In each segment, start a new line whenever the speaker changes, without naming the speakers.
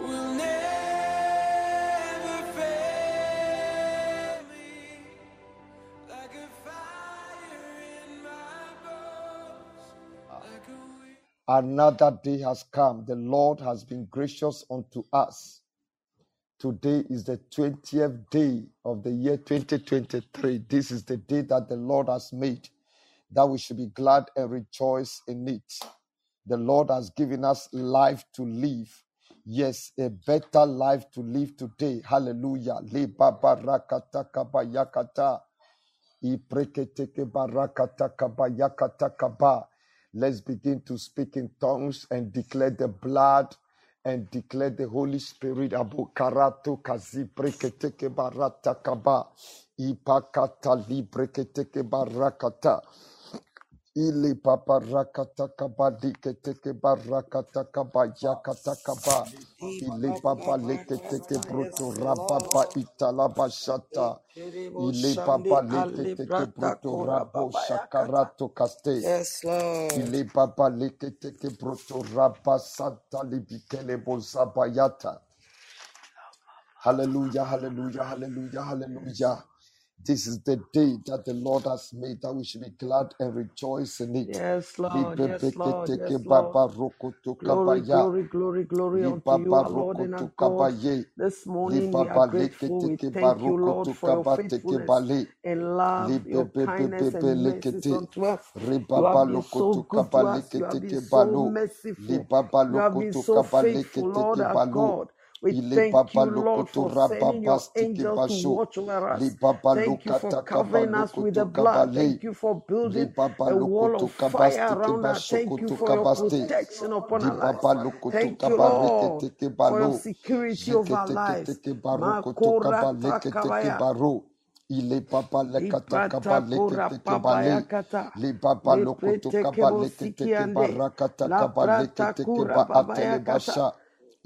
will never fail me like a fire in my bones, like a wind.
Another day has come. The Lord has been gracious unto us. Today is the 20th day of the year 2023. This is the day that the Lord has made, that we should be glad and rejoice in it. The Lord has given us life to live. Yes, a better life to live today. Hallelujah. Le baba rakata kaba yakata. Ipreketeke barakata kaba yakata kaba. Let's begin to speak in tongues and declare the blood and declare the Holy Spirit. Abu karato kazi breketeke barata kaba. Ipakata li breketeke barakata. Ili papa rakata kaba diketeke barakata kaba yakata kaba. Ili baba leketeke bruto
Yes,
rababa
Lord.
italaba shata.
Ekerebo
Ile
shande
baba leketeke
alebrata
bruto rabo
korababayakata.
shakarato kaste.
Yes, Lord.
Ile baba leketeke bruto raba santa libikele bozabayata. Hallelujah, hallelujah, hallelujah, hallelujah. This is the day that the Lord has made, that we should be glad and rejoice in it.
Yes, Lord. Yes, Lord.
Libebeketeke
Yes, Lord.
baba
Glory,
rokotokabaya.
glory, glory, glory unto
Liba
you, our Lord
baroko
and our
to
God.
kabaye.
This morning we are
Liba leke
grateful. We
teke
thank you,
baroko
Lord,
to
for your
kabate ke
faithfulness
bale.
and love, your
Libe be be
kindness
be
and
leke
mercies
te.
unto us.
Riba
You have been
baloko
so
to
good to us.
kabaleke
You have been
teke
so
balo.
merciful.
Liba
You have
baloko
been
to
so
kabaleke
faithful, Lord,
teke
our
balo.
God. We
Ile
thank you,
babaloko
Lord,
to
for sending your
rababastike
angels to
basho.
watch over us.
Liba
Thank you
baloka
for covering us
takabaloko
with the
to
blood.
kabale.
Thank you for building
Liba
a
baloko
wall
to
of fire
kabastike
around us.
basoko
Thank you
to
for your
kabaste.
protection upon
Di
our lives.
baba loko to
Thank you,
kaba leke
Lord,
teke
for your
balo.
security of
Jeke
our
teke
lives.
teke baro koto kaba leke teke
Makoratakabaya.
baro. Ile baba lekata kaba leke
Ipatakora
teke
papaya
bale.
kata.
Le baba loko to
Leprete
kaba
kebo
leke teke
sikiande.
barakata
La
kaba leke teke
pratakura
ba atele
babaya kata.
basha.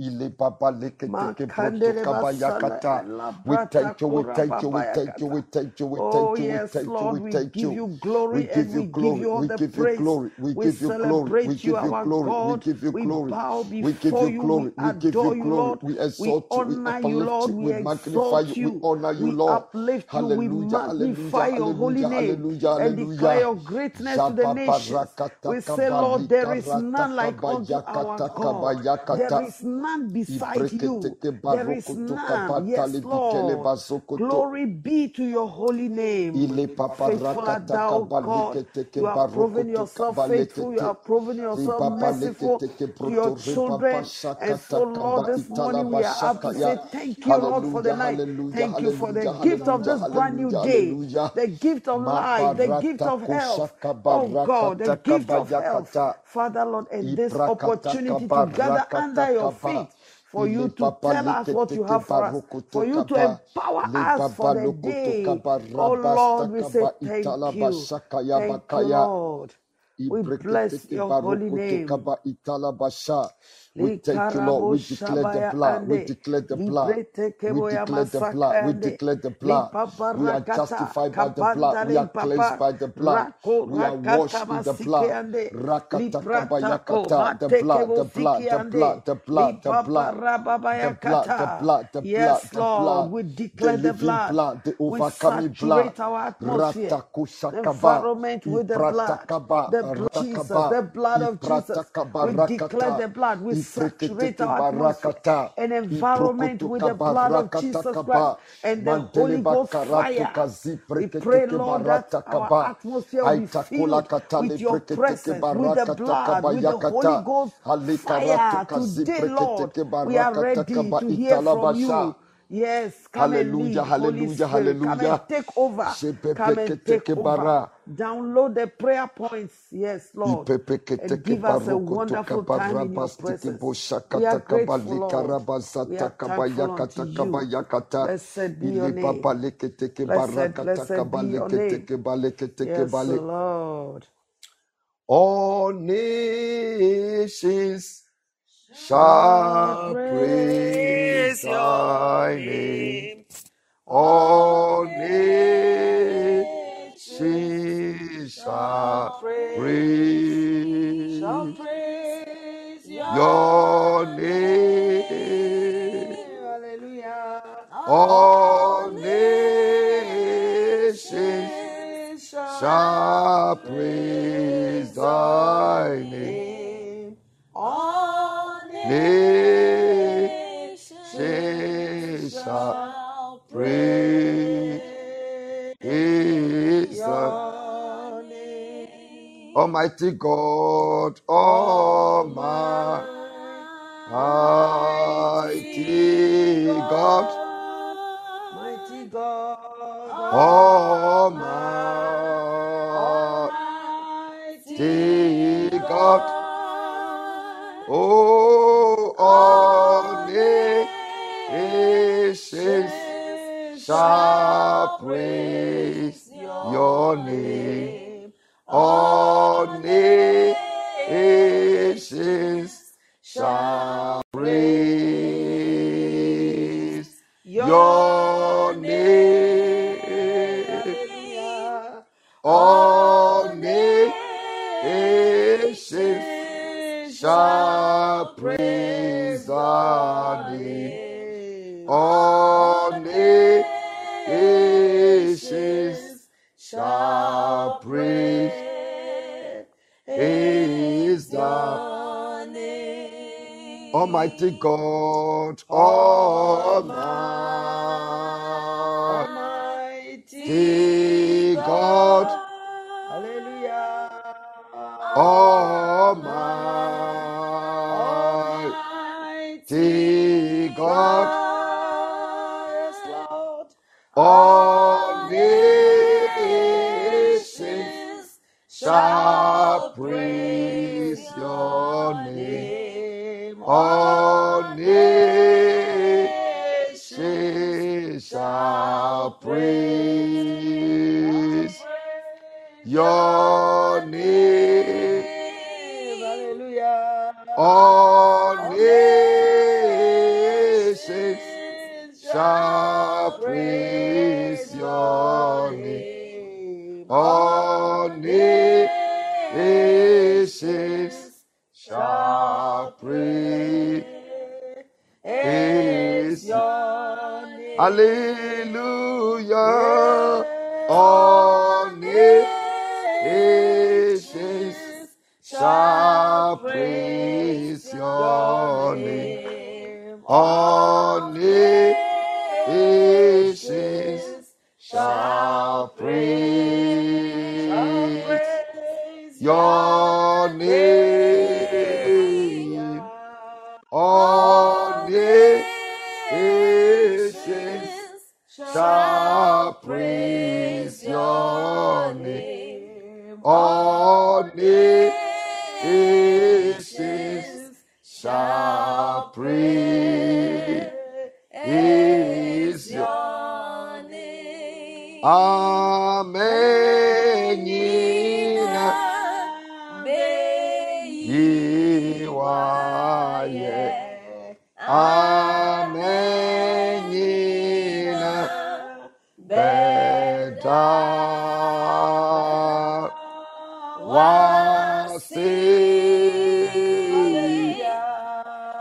Ile baba leke teke broto
Makandere
kaba
basala
yakata.
la
We thank you, we
pratakura
thank you, we
babaya
thank you,
kata.
we thank you, we
Oh,
thank you, we
yes,
thank you, we
Lord, we
thank
give
you.
you
We
glory
give
and
you
we give
glory,
you all
we
the
give you
praise.
glory, we
We
give you glory, we
celebrate you,
give you
our
glory, we
God.
give you
We
glory,
bow
we give
before
you
you. We
glory, we give you
adore you,
glory,
Lord.
we
We
exalt you, we
honor
uplift
you, Lord.
you,
we
we magnify
exalt
you, we
you,
honor you,
we
Lord.
uplift you, we
Hallelujah,
magnify
hallelujah,
your holy
hallelujah,
name
hallelujah,
and declare
hallelujah.
your greatness to the
Jababa
nations.
rakata
We say, Lord,
kabali
there is
karata
none like unto our
kabayakata
God. There
kabayakata.
is none beside you.
Ibreketeke
There is
barokoto
none.
kabata
Yes,
libikele
Lord.
bazokoto.
Glory be to your holy name.
Ile papa
Faithful art
rakata
thou, O God.
kabaleke teke
You have
baroko
proven
to
yourself faithful. You
kabalekete.
have proven yourself
Ribaba leke
merciful
teke
to your
proto ribaba
children. And so,
shakata
Lord,
kaba
this morning
italaba
we are up to say
shakaya.
thank you, Lord, for the
Hallelujah,
night.
hallelujah,
Thank you for the
hallelujah,
gift of
hallelujah,
this brand new
hallelujah,
day,
hallelujah.
the gift of life, the gift
Mabarata
of health.
koshaka
Oh God, the
barakata
gift of health.
kabayakata.
Father, Lord, and this
Ibrakata
opportunity to
kaba
gather
rakata
under your
kaba.
feet for
Ile
you to
papa
tell us
leke
what you
teke
have for us,
baroko to
for you to
kaba.
empower
Le
us for
baba
the
loko to
day.
kaba
Oh
rabasta
Lord, we say
kaba
thank
italaba
you.
shakaya
Thank you,
bakaya.
Lord. We bless
Ibreketeke
your holy
baroko
name.
tokaba italabasha. We thank you, Lord.
Likarabo
We declare the
shabaya
blood. We
ande
declare the blood.
librete
We
keboya
declare the blood.
masaka
We
ande
declare the blood.
lipapa
We are
rakata
justified by the blood.
kapanda
We are cleansed
limpapa
by the blood.
rako
We are
rakata
washed in the
masike
blood.
ande librata ko
Rakatakabayakata. The
mate
blood,
kebo
the blood,
siki
the blood,
ande
the blood, the
lipapa
blood, the
rababaya
blood, the
kata
blood, the blood,
yes
the
Lord
blood,
we
the
declare the
living
blood
blood, the
we
overcoming blood.
saturate our atmosphere
Ratakushakaba.
environment with the blood
Ipratakaba,
the blood of Jesus,
ratakaba,
the blood of Jesus.
ipratakaba,
We declare
rakata,
the blood. We saturate
ipreketeke
our atmosphere
barakata,
and environment with the
iprokotokaba,
blood of Jesus Christ
rakatakaba,
and the Holy
mandeleba
Ghost fire.
karatoka,
We pray,
zipreketeke
Lord, that our
baratakaba,
atmosphere will be
aitakola
filled
kata,
with your
lepreketeke
presence, with the blood,
barakatakaba
with the Holy
yakata,
Ghost fire.
halikaratoka,
Today, Lord,
zipreketeke
we are ready
barakatakaba,
to hear from
italabasha.
you. Yes, come and
Hallelujah,
lead, Holy
hallelujah,
Spirit. Come and
hallelujah.
take over. Come and take
Shepepeketeke
over.
bara.
Download the prayer points. Yes, Lord. And
Ipepeketeke
give us a
baroko
wonderful time in your
tokabarabastike
presence. We are
boshakata
grateful,
kabali
Lord. We
karabasata
are thankful unto
kabayakata
you.
kabayakata
Blessed be your name.
ilebapaleketeke
Blessed,
barakata
blessed be your name.
kabaleketeke baleketeke
Yes,
bale.
Lord.
All nations shall
shall
praise
praise your
thy name.
name. All
All
nations
nations
shall
shall
praise, shall praise
praise your
your
name.
name. Hallelujah. All
All nations
nations shall
shall praise
praise your
thy name.
name. All nations
Nations
shall
shall praise
praise
thy
your name.
Almighty God,
Almighty
Almighty
God,
God,
mighty God,
Almighty
Almighty
God,
God,
oh, all
all
nations
nations
shall
shall
praise
praise
your
your
name.
name.
All
All
nations
nations
shall
shall praise
praise your
your name.
name.
Hallelujah.
All
All
nations
nations
shall
shall praise
praise thy
your
name.
name.
All
All
nations
nations
shall
shall praise
praise is the
your
Almighty
name.
God, Almighty
Almighty
God,
God, Hallelujah,
Almighty
Almighty
God,
God, yes, Lord,
all
all
nations
nations
shall
shall praise
praise your
your
name.
name.
All
All nations
nations shall
shall praise, shall
praise
praise
your
your
name.
name. Hallelujah.
All
All
nations
nations
shall
shall
praise
praise your
your name.
name.
All
All
nations
nations
shall
shall
praise
praise your name.
Hallelujah.
Yes,
All
all
nations
nations shall
shall
praise
praise
your
your
name. All nations shall praise, shall praise your
name. All nations shall praise your name.
name. All nations shall praise your name.
All nations shall praise your name. All
All
nations
nations
shall
shall
praise
praise
your
your name.
Amen. Yina
Enyina
Yiwaye.
beyiwaye
Amen. Yina
amenyina beda
Beda
wasi.
wasi.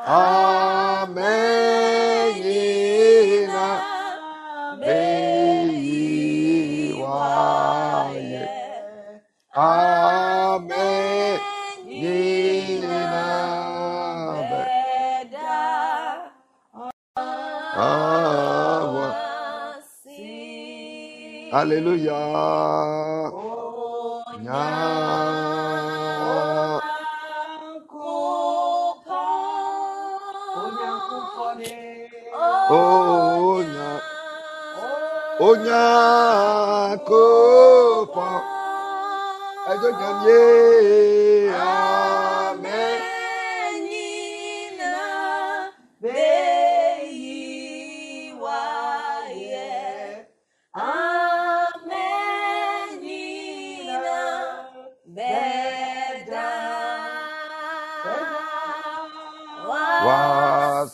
Hallelujah.
Amenina beiwaye.
Amenina
Amenina be
beda
awa.
wasi.
Hallelujah. Nya o nya o nya ko pa ejo nya ye amen.
Yeah. Amenina
Amen.
beda
Beda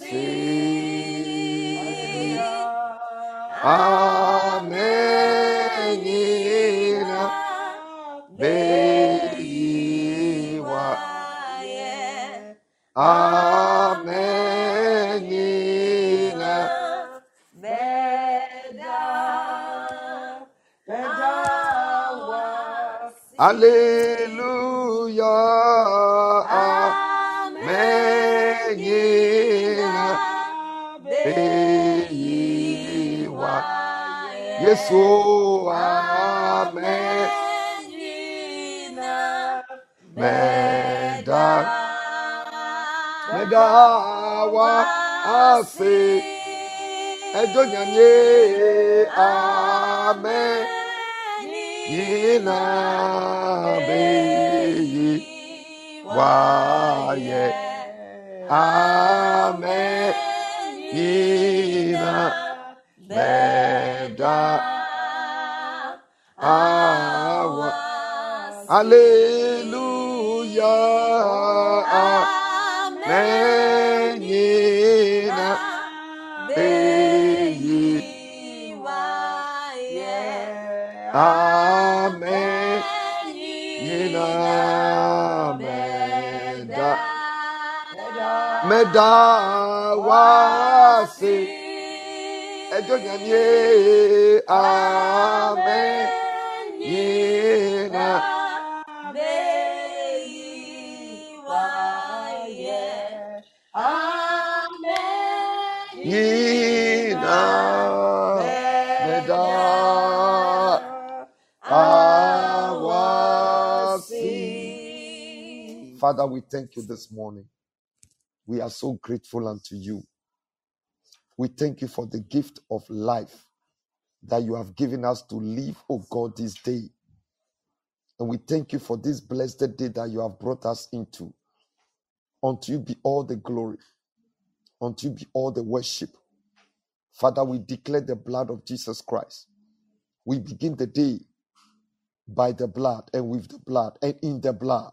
Hallelujah. Amen. Yina. Beyiwa. Yes, oh, amen. Meda. Meda wa ase. Ejo nyanye. Amen. Yina beyiwa. Yeah. Amen. Yina meda awa. Hallelujah. Amen. Yina beyi. Amen. Yina meda. Meda wasi. Ejo nyanye. Amen. Yina Yina meda awasi. Father, we thank you this morning. We are so grateful unto you. We thank you for the gift of life that you have given us to live, O God, this day. And we thank you for this blessed day that you have brought us into. Unto you be all the glory, unto you be all the worship. Father, we declare the blood of Jesus Christ. We begin the day by the blood and with the blood and in the blood.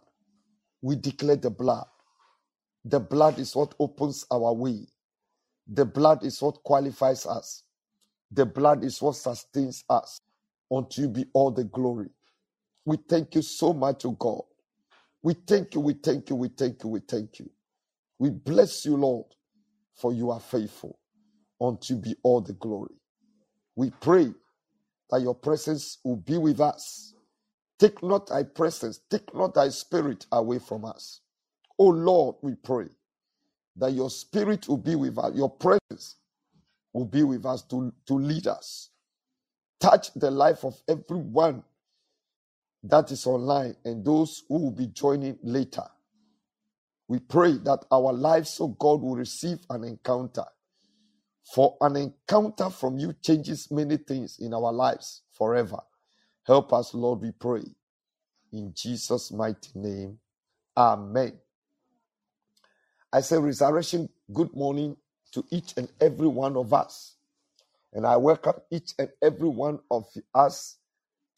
We declare the blood. The blood is what opens our way. The blood is what qualifies us. The blood is what sustains us. Unto you be all the glory. We thank you so much, O God. We thank you, we thank you, we thank you, we thank you. We bless you, Lord, for you are faithful. Unto you be all the glory. We pray that your presence will be with us. Take not thy presence, take not thy spirit away from us. O Lord, we pray that your spirit will be with us, your presence will be with us to, to lead us. Touch the life of everyone that is online and those who will be joining later. We pray that our lives, oh God, will receive an encounter. For an encounter from you changes many things in our lives forever. Help us, Lord, we pray. In Jesus' mighty name. Amen. I say, resurrection, good morning to each and every one of us. And I welcome each and every one of us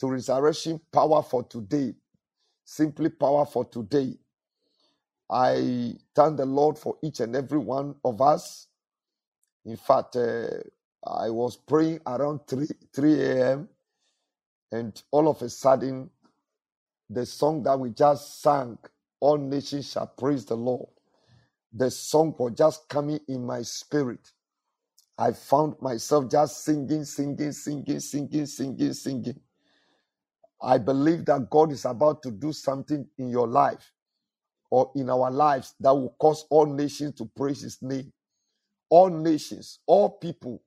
to resurrection power for today, simply power for today. I thank the Lord for each and every one of us. In fact, uh, I was praying around 3, 3 a.m. and all of a sudden, the song that we just sang, All Nations Shall Praise the Lord, the song was just coming in my spirit. I found myself just singing, singing, singing, singing, singing, singing. I believe that God is about to do something in your life or in our lives that will cause all nations to praise His name. All nations, all people,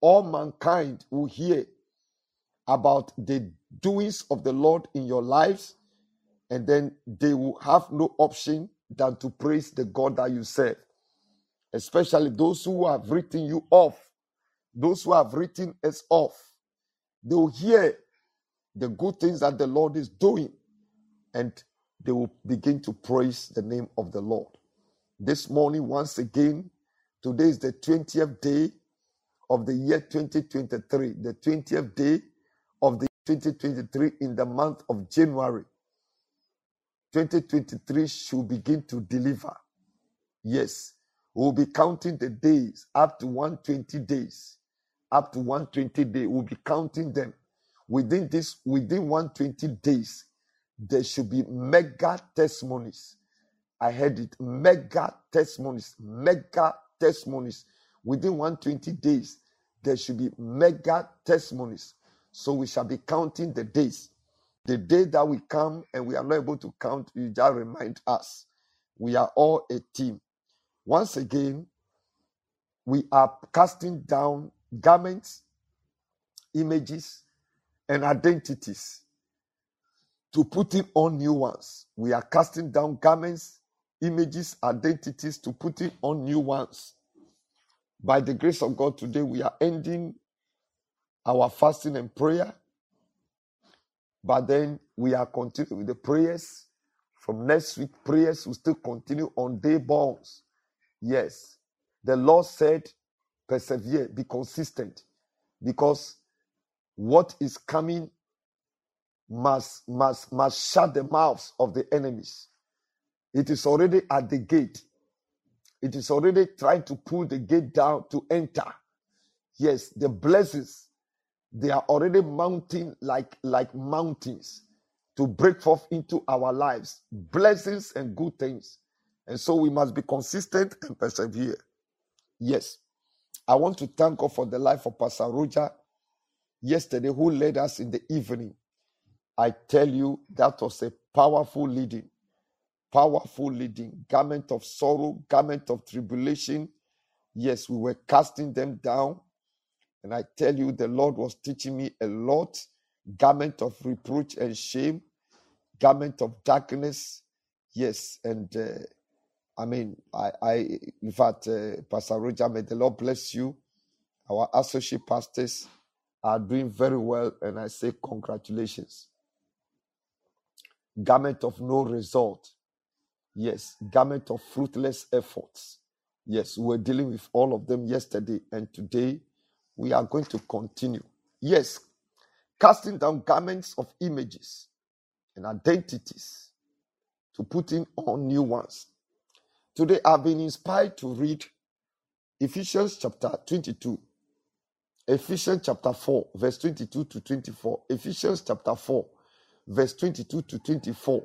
all mankind will hear about the doings of the Lord in your lives, and then they will have no option than to praise the God that you serve, especially those who have written you off, those who have written us off. They will hear the good things that the Lord is doing, and they will begin to praise the name of the Lord. This morning, once again, today is the 20th day of the year 2023, the 20th day of the 2023 in the month of January. 2023 should begin to deliver. Yes, we'll be counting the days up to 120 days. Up to 120 days, we'll be counting them. Within this, within 120 days, there should be mega testimonies. I heard it. Mega testimonies. Mega testimonies. Within 120 days, there should be mega testimonies. So we shall be counting the days. The day that we come and we are not able to count, you just remind us we are all a team. Once again, we are casting down garments, images, and identities to putting on new ones. We are casting down garments, images, identities to putting on new ones. By the grace of God, today we are ending our fasting and prayer, but then we are continuing with the prayers. From next week, prayers will still continue on day bonds. Yes, the Lord said, persevere, be consistent, because what is coming must must must shut the mouths of the enemies. It is already at the gate. It is already trying to pull the gate down to enter. Yes, the blessings they are already mounting like like mountains to break forth into our lives, blessings and good things. And so we must be consistent and persevere. Yes, I want to thank God for the life of Pastor Roger yesterday, who led us in the evening. I tell you, that was a powerful leading, powerful leading. Garment of sorrow, garment of tribulation. Yes, we were casting them down. And I tell you, the Lord was teaching me a lot garment of reproach and shame, garment of darkness. Yes, and uh, I mean, I, I in fact, uh, Pastor Roger, may the Lord bless you. Our associate pastors are doing very well, and I say congratulations. Garment of no result. Yes, garment of fruitless efforts. Yes, we we're dealing with all of them yesterday, and today we are going to continue. Yes, casting down garments of images and identities to putting on new ones. Today, I've been inspired to read Ephesians chapter 22, Ephesians chapter 4, verse 22 to 24. Ephesians chapter 4, verse 22 to 24.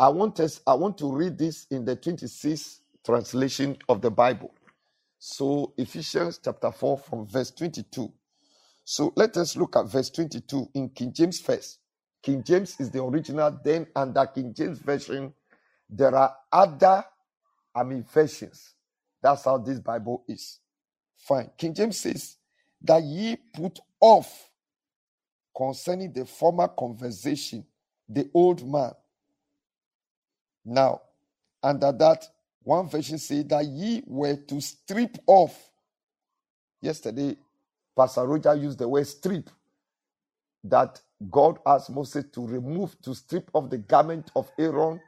I want us, I want to read this in the 26th translation of the Bible. So, Ephesians chapter 4, from verse 22. So, let us look at verse 22 in King James first. King James is the original, then, under King James version, there are other I mean, versions. That's how this Bible is. Fine. King James says that ye put off concerning the former conversation, the old man. Now, under that, one version says that ye were to strip off. Yesterday, Pastor Roger used the word strip that God asked Moses to remove, to strip off the garment of Aaron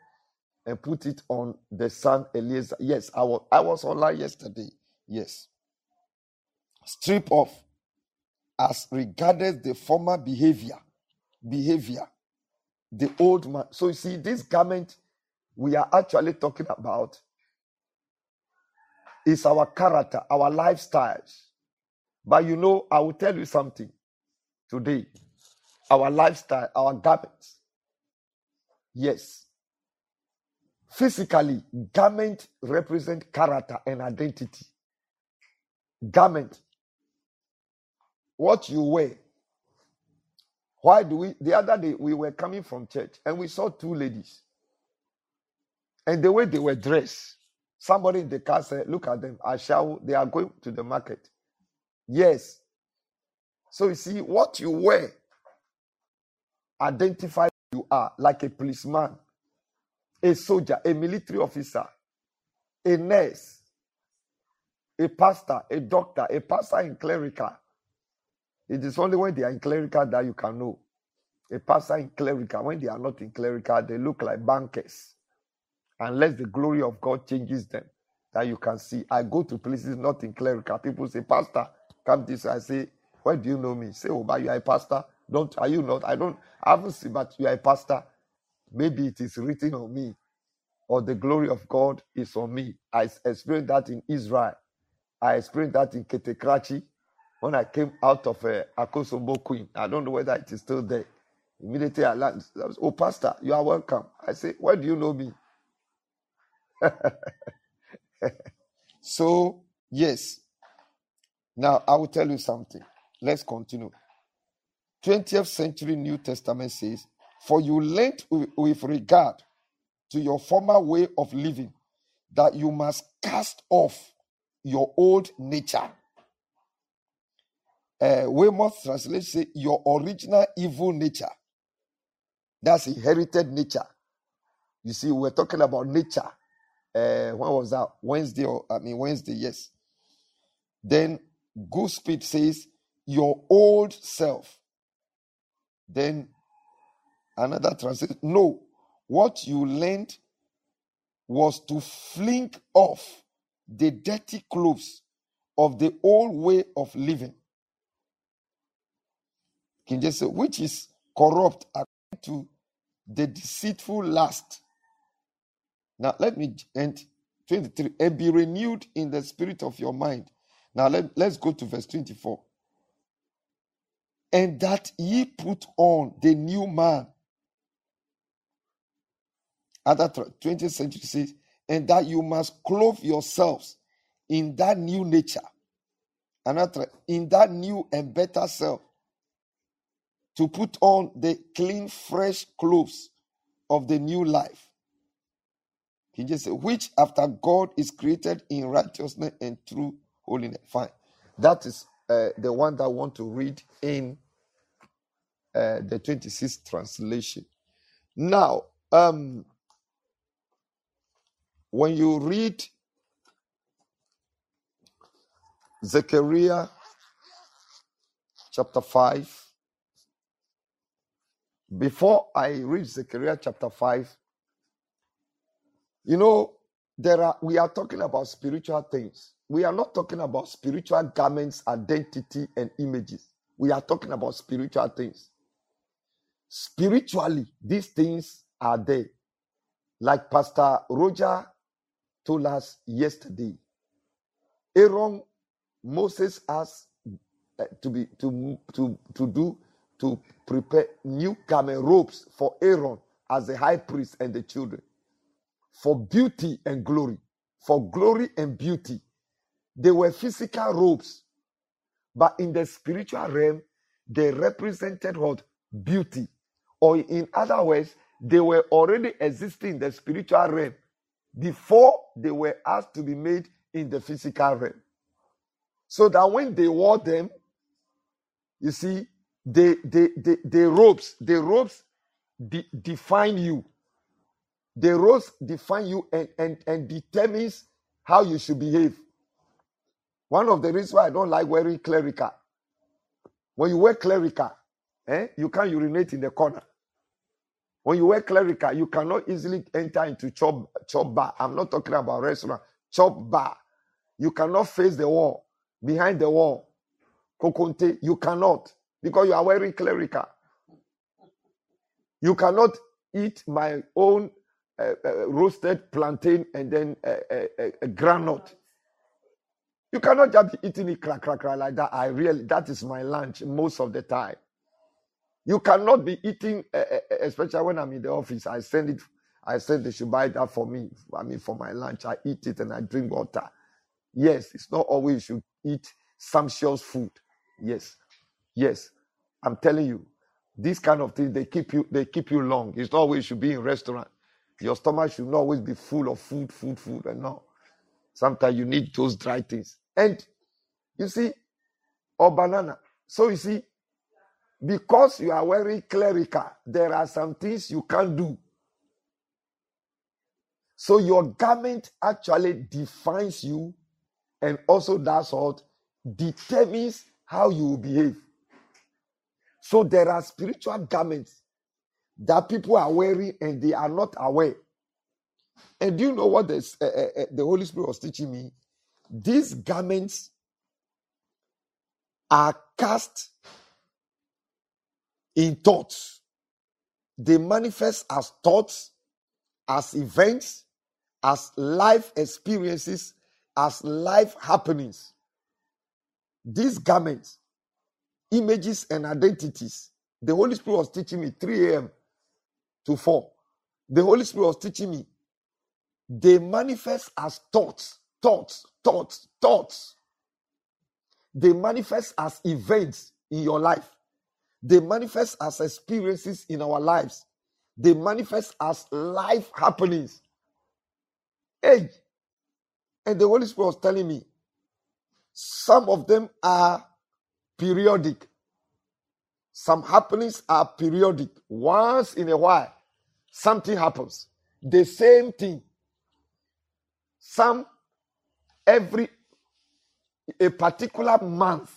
and put it on the son Eliezer. Yes, I was I was online yesterday. Yes. Strip off as regarded the former behavior. Behavior. The old man. So you see, this garment we are actually talking about is our character, our lifestyles. But you know, I will tell you something today. Our lifestyle, our garments. Yes. Physically, garment represent character and identity. Garment, what you wear. Why do we? The other day we were coming from church and we saw two ladies and the way they were dressed. Somebody in the car said, "Look at them, Ashau. They are going to the market." Yes. So you see, what you wear identify who you are like a policeman, a soldier, a military officer, a nurse, a pastor, a doctor, a pastor in clerical. It is only when they are in clerical that you can know. A pastor in clerical, when they are not in clerical, they look like bankers. Unless the glory of God changes them, that you can see. I go to places not in clerical. People say, Pastor, come this. way." I say, Where do you know me? Say, Oh, but you are a pastor. Don't are you not? I don't I haven't seen, but you are a pastor. Maybe it is written on me, or the glory of God is on me. I s- experienced that in Israel. I experienced that in Ketekrachi when I came out of uh, Akosombo Queen. I don't know whether it is still there. Immediately I landed. I was, oh, Pastor, you are welcome. I say, Where do you know me? So, yes. Now I will tell you something. Let's continue. 20th century New Testament says, For you learnt wi- with regard to your former way of living that you must cast off your old nature. Uh, Weymouth translation says, Your original evil nature. That's inherited nature. You see, we're talking about nature. Uh, when was that? Wednesday, or I mean, Wednesday, yes. Then Goosepeed says, Your old self. Then another translation, no, what you learned was to fling off the dirty clothes of the old way of living. King James said, which is corrupt according to the deceitful lust. Now let me end 23 and be renewed in the spirit of your mind. Now let, let's go to verse 24. And that ye put on the new man other tr- 20th century says, and that you must clothe yourselves in that new nature, another tr- in that new and better self, to put on the clean, fresh clothes of the new life. He just said, which after God is created in righteousness and true holiness. Fine. That is uh, the one that I want to read in uh, the 26th translation. Now, um, when you read Zechariah chapter 5, before I read Zechariah chapter 5, you know, there are we are talking about spiritual things. We are not talking about spiritual garments, identity, and images. We are talking about spiritual things. Spiritually, these things are there. Like Pastor Roger told us yesterday, Aaron, Moses asked uh, to be to to to do to prepare new camel robes for Aaron as the high priest and the children. for beauty and glory. For glory and beauty. They were physical robes, but in the spiritual realm, they represented what? Beauty. Or in other words, they were already existing in the spiritual realm before they were asked to be made in the physical realm. So that when they wore them, you see, they they they, they robes, the robes de- define you. The robes define you and, and, and determines how you should behave. One of the reasons why I don't like wearing clerical. When you wear clerical, eh, you can't urinate in the corner. When you wear clerical, you cannot easily enter into chop, chop bar. I'm not talking about restaurant. Chop bar. You cannot face the wall, behind the wall. Kokonte, you cannot because you are wearing clerical. You cannot eat my own uh, uh, roasted plantain and then uh, uh, uh, granite. You cannot just be eating it crack, crack, crack like that. I really, that is my lunch most of the time. You cannot be eating, eh, eh, eh, especially when I'm in the office. I send it. I said they should buy that for me. I mean, for my lunch, I eat it and I drink water. Yes, it's not always you should eat sumptuous food. Yes, yes, I'm telling you, these kind of things they keep you they keep you long. It's not always you should be in restaurant. Your stomach should not always be full of food, food, food, and no. Sometimes you need those dry things. And you see, or banana. So you see, because you are wearing clerical, there are some things you can't do. So your garment actually defines you and also that's what determines how you will behave. So there are spiritual garments that people are wearing and they are not aware. And do you know what this, uh, uh, uh, the Holy Spirit was teaching me? These garments are cast in thoughts. They manifest as thoughts, as events, as life experiences, as life happenings. These garments, images, and identities. The Holy Spirit was teaching me 3 a.m. to 4. The Holy Spirit was teaching me they manifest as thoughts, thoughts, thoughts, thoughts. They manifest as events in your life. They manifest as experiences in our lives. They manifest as life happenings. Hey, and the Holy Spirit was telling me some of them are periodic. Some happenings are periodic. Once in a while, something happens. The same thing. Some every a particular month,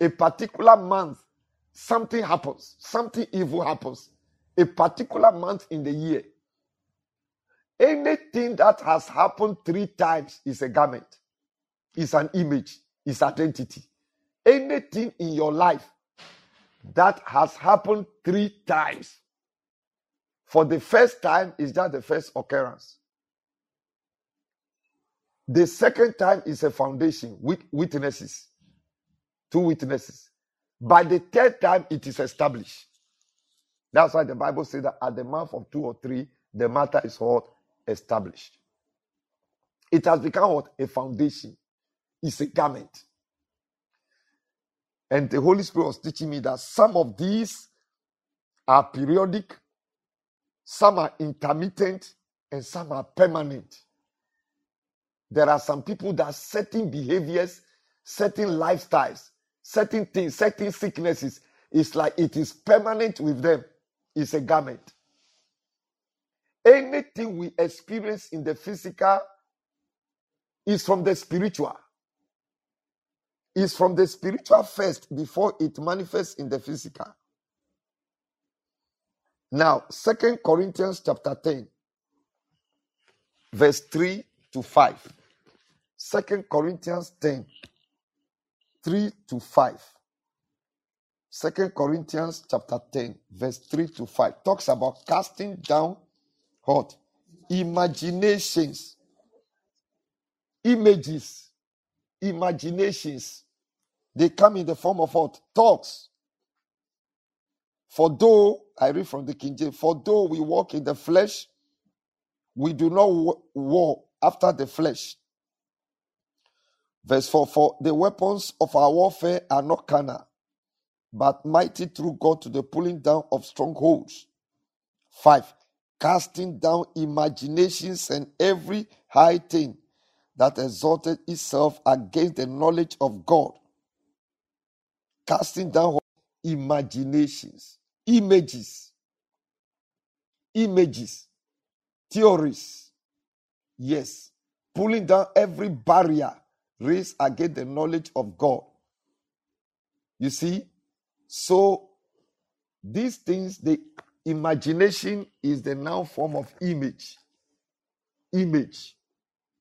a particular month, something happens. Something evil happens. A particular month in the year. Anything that has happened three times is a garment, is an image, is identity. Anything in your life that has happened three times for the first time is just the first occurrence. The second time is a foundation with witnesses, two witnesses. By the third time, it is established. That's why the Bible says that at the mouth of two or three, the matter is what established. It has become what a foundation. It's a garment. And the Holy Spirit was teaching me that some of these are periodic, some are intermittent, and some are permanent. There are some people that certain behaviors, certain lifestyles, certain things, certain sicknesses, it's like it is permanent with them. It's a garment. Anything we experience in the physical is from the spiritual. It's from the spiritual first before it manifests in the physical. Now, 2 Corinthians chapter 10, verse 3 to 5. 2 Corinthians 10, 3 to 5. 2 Corinthians chapter 10, verse 3 to 5 talks about casting down what? Imaginations, images, imaginations. They come in the form of what? Thoughts. For though, I read from the King James, for though we walk in the flesh, we do not wa- war after the flesh. Verse 4 For the weapons of our warfare are not carnal, but mighty through God to the pulling down of strongholds. 5. Casting down imaginations and every high thing that exalted itself against the knowledge of God. Casting down imaginations, images, images, theories. Yes. Pulling down every barrier raised against the knowledge of God. You see? So these things, the imagination is the noun form of image. Image.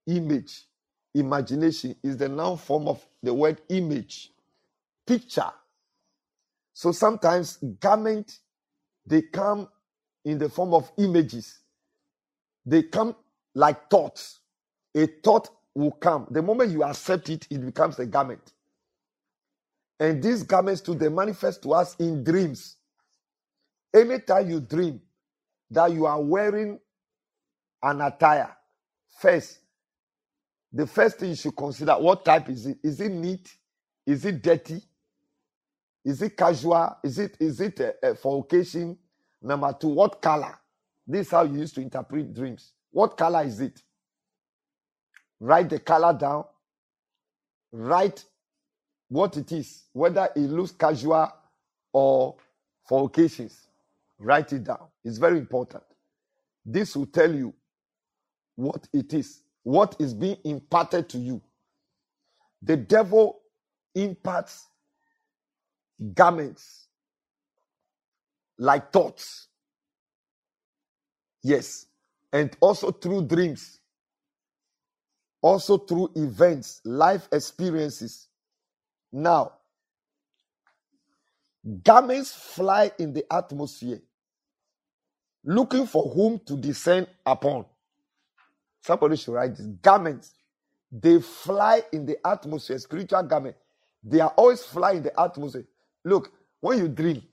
Image. Imagination is the noun form of the word image. Picture. So sometimes garment, they come in the form of images. They come like thoughts. A thought will come. The moment you accept it, it becomes a garment. And these garments too, they manifest to us in dreams. Anytime you dream that you are wearing an attire, first, the first thing you should consider what type is it? Is it neat? Is it dirty? Is it casual? Is it is it uh, uh, for occasion? Number two, what color? This is how you used to interpret dreams. What color is it? Write the color down. Write what it is, whether it looks casual or for occasions. Write it down. It's very important. This will tell you what it is, what is being imparted to you. The devil imparts garments like thoughts, yes, and also through dreams, also through events, life experiences. Now, garments fly in the atmosphere, looking for whom to descend upon. Somebody should write this. Garments, they fly in the atmosphere, spiritual garment. They are always fly in the atmosphere. Look, when you dream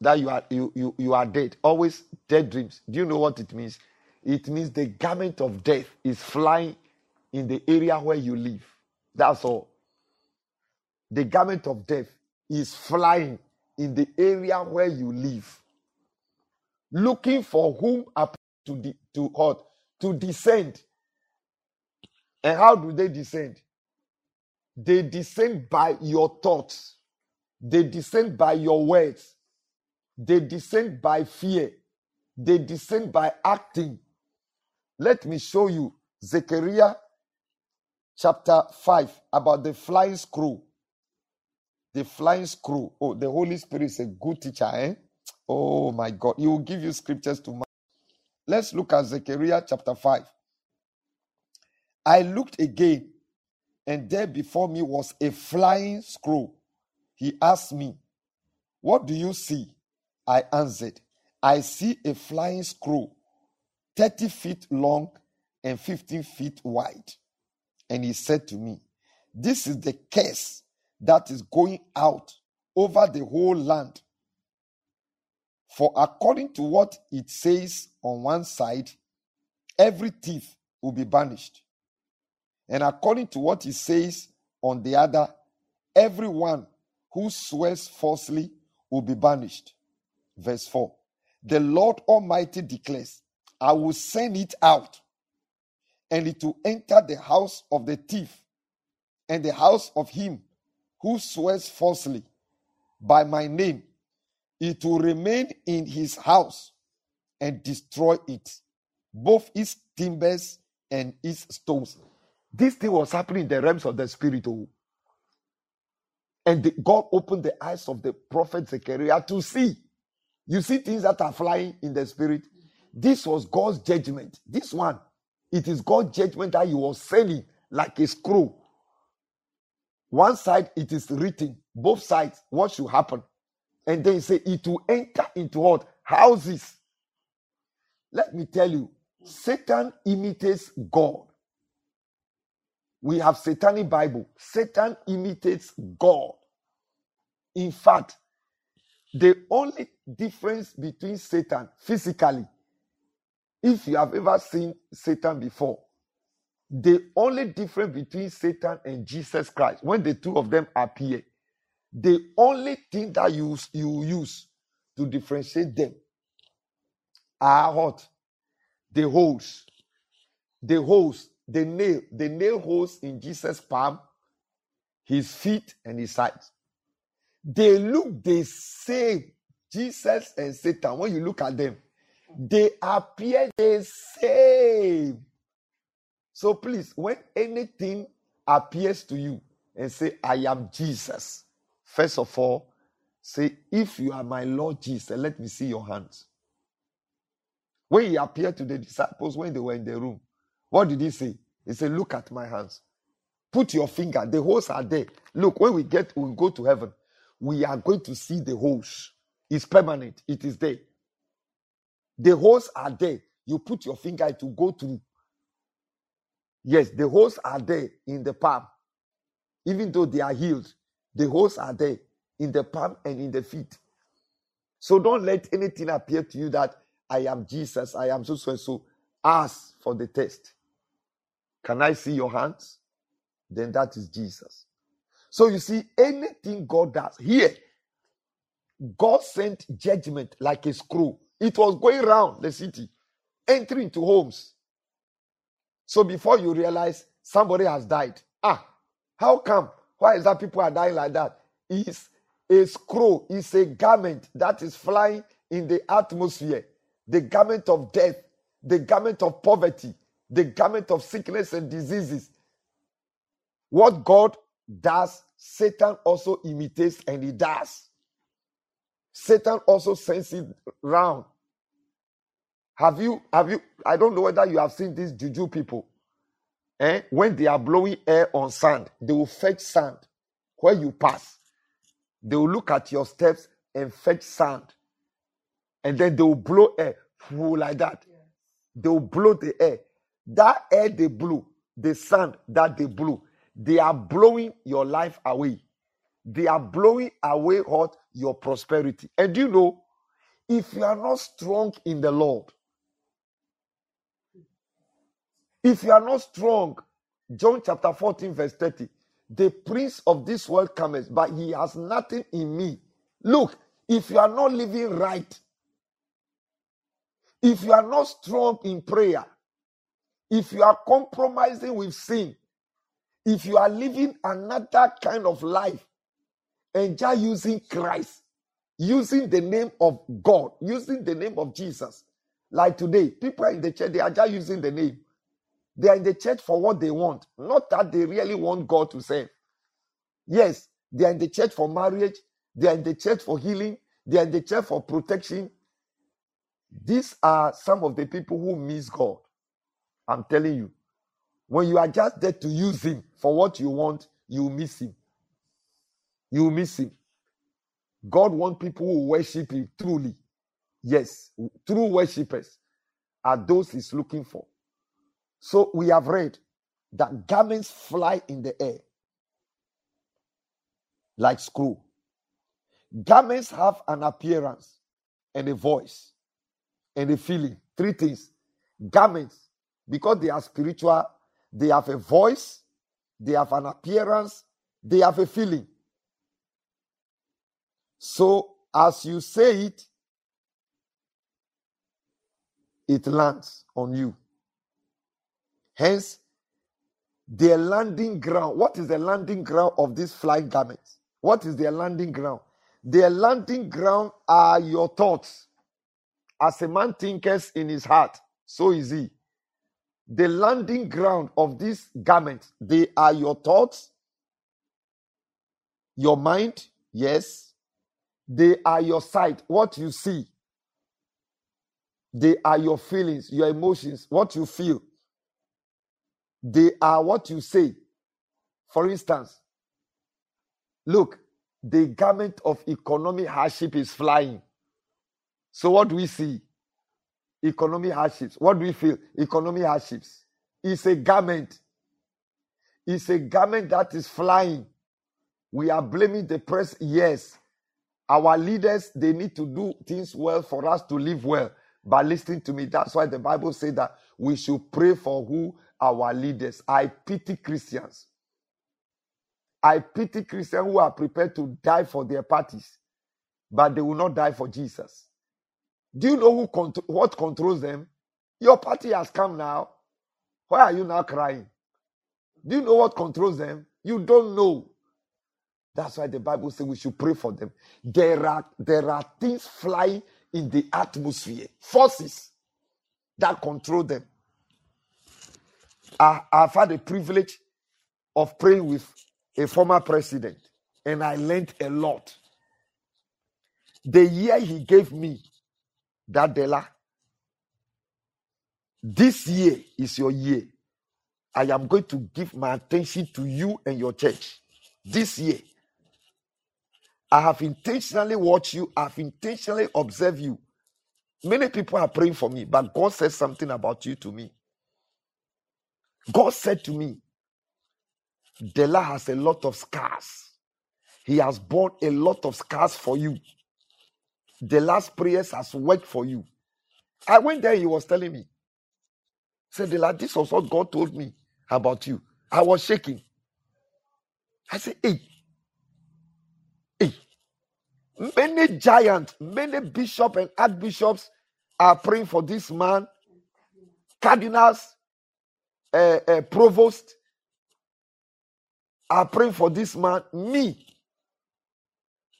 that you are you you, you are dead, always dead dreams. Do you know what it means? It means the garment of death is flying in the area where you live. That's all. The garment of death is flying. in the area where you live, looking for whom up to de- to what to descend. And how do they descend? They descend by your thoughts. They descend by your words. They descend by fear. They descend by acting. Let me show you Zechariah chapter 5 about the flying screw. The flying screw. Oh, the Holy Spirit is a good teacher, eh? Oh my God. He will give you scriptures to mind. Let's look at Zechariah chapter 5. I looked again, and there before me was a flying scroll. He asked me, What do you see? I answered, I see a flying scroll, 30 feet long and 15 feet wide. And he said to me, This is the curse that is going out over the whole land. For according to what it says on one side, every thief will be banished. And according to what it says on the other, everyone who swears falsely will be banished. Verse 4 The Lord Almighty declares, I will send it out, and it will enter the house of the thief and the house of him who swears falsely by my name. It will remain in his house and destroy it, both its timbers and its stones. This thing was happening in the realms of the spirit. oh. And the- God opened the eyes of the prophet Zechariah to see. You see things that are flying in the spirit. This was God's judgment. This one, it is God's judgment that he was sending like a scroll. One side, it is written, both sides, what should happen. And then he said, it will enter into what? Houses. Let me tell you, Satan imitates God. We have satanic Bible. Satan imitates God. In fact, the only difference between Satan physically, if you have ever seen Satan before, the only difference between Satan and Jesus Christ, when the two of them appear, the only thing that you, you use to differentiate them are what? The holes. The holes, the nail, the nail holes in Jesus' palm, his feet, and his sides. They look the same. Jesus and Satan, when you look at them, they appear the same. So please, when anything appears to you and say, I am Jesus, first of all, say, If you are my Lord Jesus, let me see your hands. When he appeared to the disciples when they were in the room, what did he say? He said, Look at my hands. Put your finger. The holes are there. Look, when we get, we go to heaven, we are going to see the holes. It's permanent. It is there. The holes are there. You put your finger to go through. Yes, the holes are there in the palm. Even though they are healed, the holes are there in the palm and in the feet. So don't let anything appear to you that I am Jesus, I am so so and so. Ask for the test. Can I see your hands? Then that is Jesus. So you see, anything God does here, God sent judgment like a screw. It was going round the city, entering into homes. So before you realize somebody has died, ah, how come? Why is that people are dying like that? It's a scroll, it's a garment that is flying in the atmosphere, the garment of death, the garment of poverty, the garment of sickness and diseases. What God does, Satan also imitates and he does. Satan also sends it round. Have you, have you, I don't know whether you have seen these juju people. eh, when they are blowing air on sand, they will fetch sand where you pass. They will look at your steps and fetch sand, and then they will blow air whoo, like that. They will blow the air. That air they blew, the sand that they blew, they are blowing your life away. They are blowing away what your prosperity. And you know, if you are not strong in the Lord, If you are not strong, John chapter 14, verse 30, the prince of this world cometh, but he has nothing in me Look, if you are not living right, if you are not strong in prayer, if you are compromising with sin, if you are living another kind of life and just using Christ, using the name of God, using the name of Jesus, like today, people are in the church, they are just using the name. They are in the church for what they want, not that they really want God to save. Yes, they are in the church for marriage, they are in the church for healing, they are in the church for protection. These are some of the people who miss God. I'm telling you. When you are just there to use Him for what you want, you miss Him. You miss Him. God wants people who worship Him truly. Yes, true worshippers are those He's looking for. So we have read that garments fly in the air like screw. Garments have an appearance and a voice and a feeling. Three things. Garments, because they are spiritual, they have a voice, they have an appearance, they have a feeling. So as you say it, it lands on you. Hence, their landing ground. What is the landing ground of these flying garments? What is their landing ground? Their landing ground are your thoughts. As a man thinketh in his heart, so is he. The landing ground of these garments, they are your thoughts, your mind, yes. They are your sight, what you see. They are your feelings, your emotions, what you feel. They are what you say. For instance, look, the garment of economic hardship is flying. So what do we see? Economic hardships. What do we feel? Economic hardships. It's a garment. It's a garment that is flying. We are blaming the press. Yes, our leaders they need to do things well for us to live well. But listen to me. That's why the Bible says that we should pray for who our leaders. I pity Christians. I pity Christians who are prepared to die for their parties, but they will not die for Jesus. Do you know who contro- what controls them? Your party has come now. Why are you now crying? Do you know what controls them? You don't know. That's why the Bible says we should pray for them. There are there are things flying in the atmosphere, forces that control them. I, I've had the privilege of praying with a former president, and I learned a lot. The year he gave me that Dela, this year is your year. I am going to give my attention to you and your church this year. I have intentionally watched you, I've intentionally observed you. Many people are praying for me, but God said something about you to me. God said to me, Dela has a lot of scars. He has borne a lot of scars for you. The last prayers has worked for you. I went there, he was telling me, said, Dela, this was what God told me about you. I was shaking. I said, hey, hey, many giants, many bishops and archbishops are praying for this man, cardinals, uh, uh, provost are praying for this man. Me,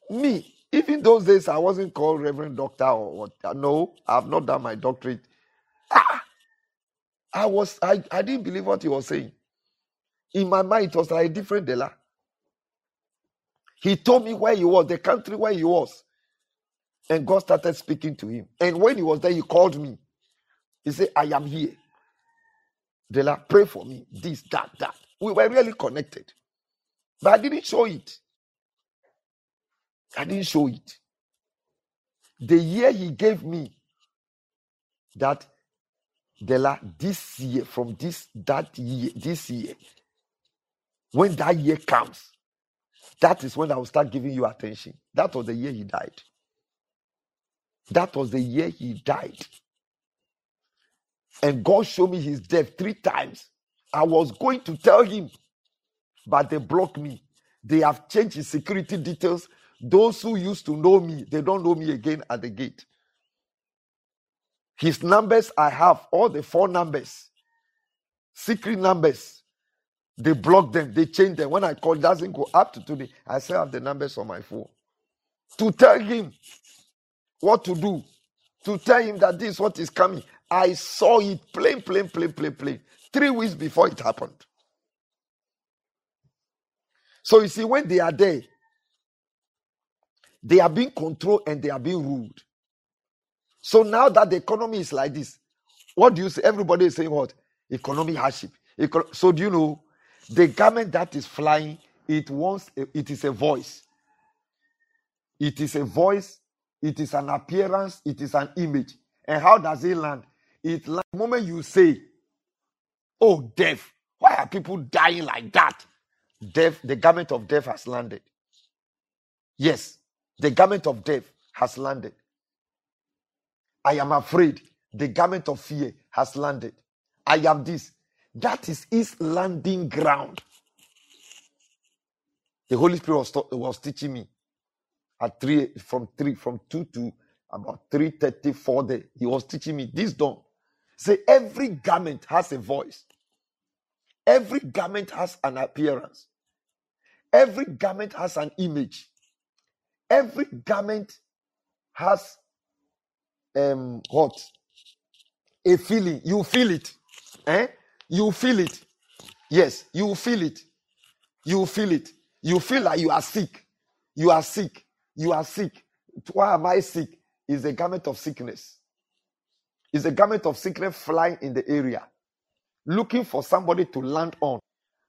me, even those days I wasn't called Reverend Doctor or what. uh, No, I've not done my doctorate. Ah, I was, I, I didn't believe what he was saying. In my mind, it was like a different Dela. He told me where he was, the country where he was, and God started speaking to him. And when he was there, he called me. He said, I am here. Dela, pray for me. This, that, that. We were really connected. But I didn't show it. I didn't show it. The year he gave me that Dela, this year, from this that year, this year, when that year comes, that is when I will start giving you attention. That was the year he died. That was the year he died. And God showed me his death three times. I was going to tell him, but they blocked me. They have changed his security details. Those who used to know me, they don't know me again at the gate. His numbers I have, all the four numbers, secret numbers. They block them, they change them. When I call, it doesn't go up to today. I still have the numbers on my phone. To tell him what to do, to tell him that this is what is coming. I saw it plain, plain, plain, plain, plain, three weeks before it happened. So you see, when they are there, they are being controlled and they are being ruled. So now that the economy is like this, what do you say? Everybody is saying what? Economy hardship. Eco- so do you know the garment that is flying? It wants. a- it is a voice. It is a voice. It is an appearance. It is an image. And how does it land? It land, the moment you say, "Oh, death! Why are people dying like that?" Death. The garment of death has landed. Yes, the garment of death has landed. I am afraid. The garment of fear has landed. I am this. That is his landing ground. The Holy Spirit was, ta- was teaching me at three from three from two to about three thirty four. There, he was teaching me this. Don't say every garment has a voice. Every garment has an appearance. Every garment has an image. Every garment has um what a feeling. You feel it, eh? You feel it. Yes, you feel it. You feel it. You feel like you are sick. You are sick. You are sick. Why am I sick? Is a garment of sickness. Is a garment of sickness flying in the area, looking for somebody to land on.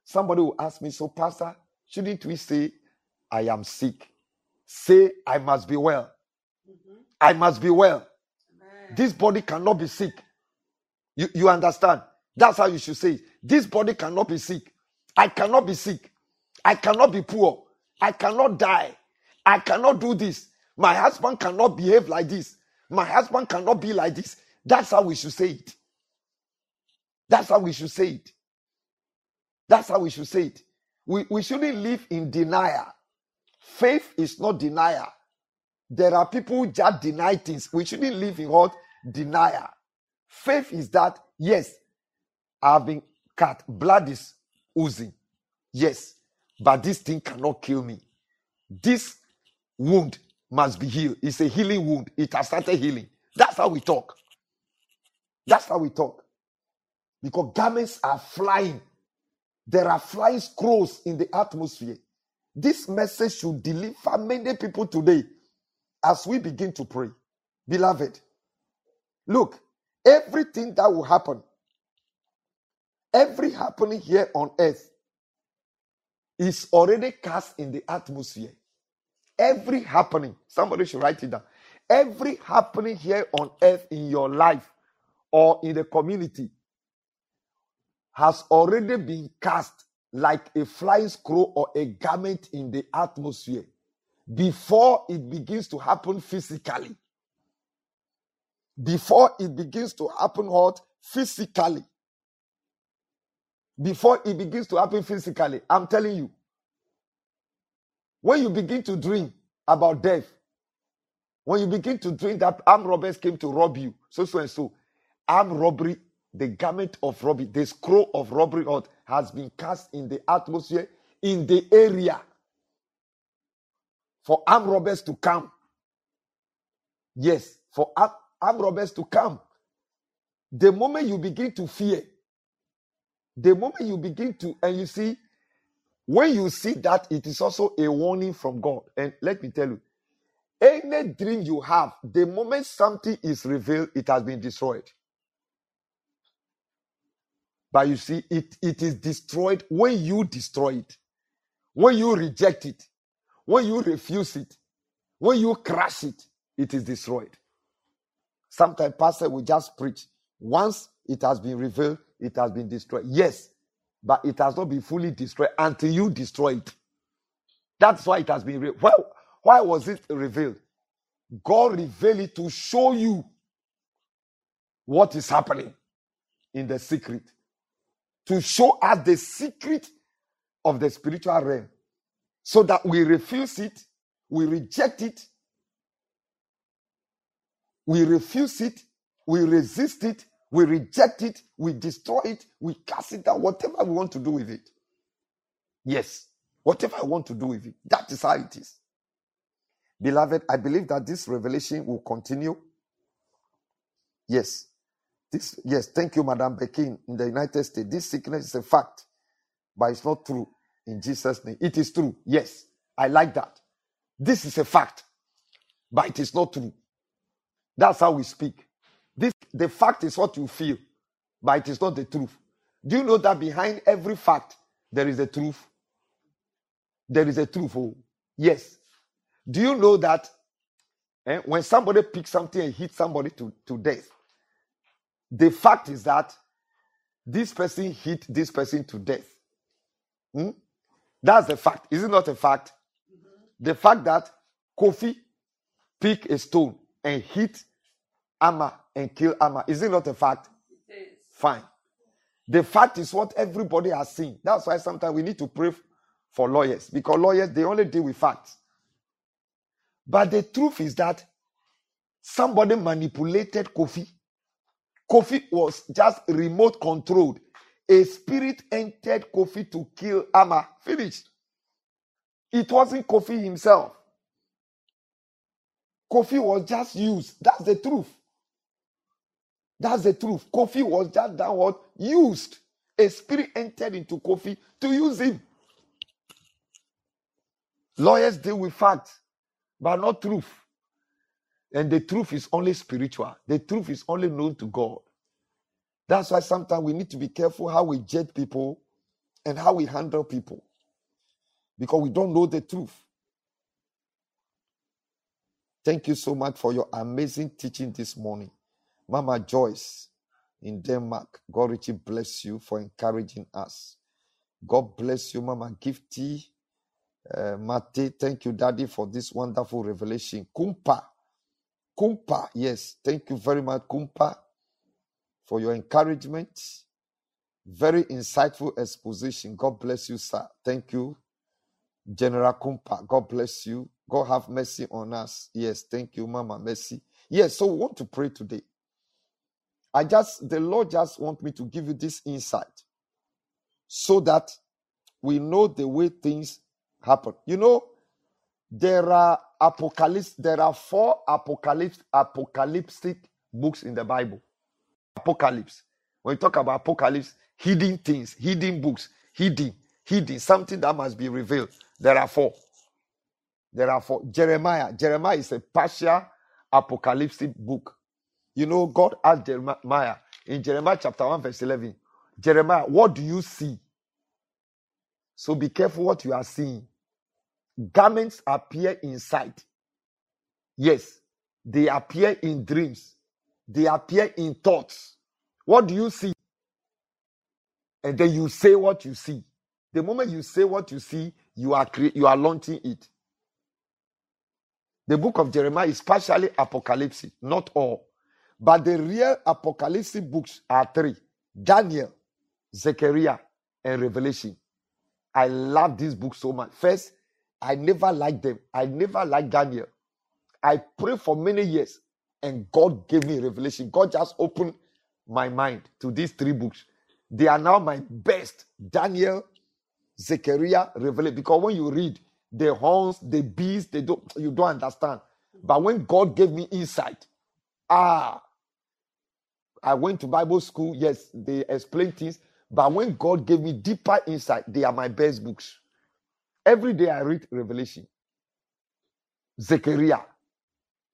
Somebody will ask me, so Pastor, shouldn't we say, I am sick? Say, I must be well. I must be well. This body cannot be sick. You, you understand? That's how you should say it. This body cannot be sick. I cannot be sick. I cannot be poor. I cannot die. I cannot do this. My husband cannot behave like this. My husband cannot be like this. That's how we should say it. That's how we should say it. That's how we should say it. We, we shouldn't live in denial. Faith is not denial. There are people who just deny things. We shouldn't live in what? Denial. Faith is that, yes, I've been cut. Blood is oozing. Yes, but this thing cannot kill me. This wound must be healed. It's a healing wound. It has started healing. That's how we talk. That's how we talk. Because garments are flying. There are flying scrolls in the atmosphere. This message should deliver many people today as we begin to pray. Beloved, look, everything that will happen, every happening here on earth is already cast in the atmosphere. Every happening, somebody should write it down. Every happening here on earth in your life or in the community has already been cast like a flying scroll or a garment in the atmosphere before it begins to happen physically. Before it begins to happen what? Physically. Before it begins to happen physically. I'm telling you, when you begin to dream about death, When you begin to drink that armed robbers came to rob you, so so and so. Armed robbery, the garment of robbery, the scroll of robbery out has been cast in the atmosphere in the area for armed robbers to come. Yes, for ar- armed robbers to come. The moment you begin to fear, the moment you begin to, and you see, when you see that, it is also a warning from God. And let me tell you, any dream you have, the moment something is revealed, it has been destroyed. But you see, it, it is destroyed when you destroy it, when you reject it, when you refuse it, when you crush it, it is destroyed. Sometimes pastor will just preach. Once it has been revealed, it has been destroyed. Yes, but it has not been fully destroyed until you destroy it. That's why it has been revealed. Why, why was it revealed? God revealed it to show you what is happening in the secret, to show us the secret of the spiritual realm. so that we refuse it, we reject it, we refuse it, we resist it, we reject it, we destroy it, we cast it down, whatever we want to do with it. Yes, whatever I want to do with it. That is how it is. Beloved, I believe that this revelation will continue. Yes. This yes, thank you, Madam Bekin. In the United States, this sickness is a fact, but it's not true. In Jesus' name. It is true. Yes. I like that. This is a fact, but it is not true. That's how we speak. This the fact is what you feel, but it is not the truth. Do you know that behind every fact there is a truth? There is a truth. Oh, yes. Do you know that eh, when somebody picks something and hits somebody to, to death, the fact is that this person hit this person to death. Hmm? That's the fact. Is it not a fact? The fact that Kofi picked a stone and hit Amma and killed Amma, is it not a fact? Fine. The fact is what everybody has seen. That's why sometimes we need to pray f- for lawyers because lawyers they only deal with facts. But the truth is that somebody manipulated Kofi. Kofi was just remote controlled. A spirit entered Kofi to kill Amma. Finished. It wasn't Kofi himself. Kofi was just used. That's the truth. That's the truth. Kofi was just downward used. A spirit entered into Kofi to use him. Lawyers deal with facts, but not truth. And the truth is only spiritual. The truth is only known to God. That's why sometimes we need to be careful how we judge people and how we handle people because we don't know the truth. Thank you so much for your amazing teaching this morning. Mama Joyce in Denmark, God richly bless you for encouraging us. God bless you, Mama Gifty. Uh, Mate, thank you, Daddy, for this wonderful revelation. Kumpa, Kumpa, yes, thank you very much, Kumpa, for your encouragement. Very insightful exposition. God bless you, sir. Thank you, General Kumpa. God bless you. God have mercy on us. Yes, thank you, Mama. Mercy. Yes, so we want to pray today. I just, the Lord just want me to give you this insight so that we know the way things happen. You know, there are apocalypse, there are four apocalypse, apocalyptic books in the Bible. Apocalypse. When you talk about apocalypse, hidden things, hidden books, hidden, hidden, something that must be revealed. There are four. There are four. Jeremiah. Jeremiah is a partial apocalyptic book. You know, God asked Jeremiah in Jeremiah chapter 1, verse 11, Jeremiah, what do you see? So be careful what you are seeing. Garments appear in sight. Yes, they appear in dreams, they appear in thoughts. What do you see? And then you say what you see. The moment you say what you see, you are cre- you are launching it. The book of Jeremiah is partially apocalyptic, not all. But the real apocalyptic books are three Daniel, Zechariah, and Revelation. I love this book so much. First, I never liked them. I never liked Daniel. I prayed for many years, and God gave me revelation. God just opened my mind to these three books. They are now my best Daniel, Zechariah, Revelation. Because when you read the horns, the beasts, they don't, you don't understand. But when God gave me insight, ah, I went to Bible school. Yes, they explain things. But when God gave me deeper insight, they are my best books. Every day I read Revelation, Zechariah,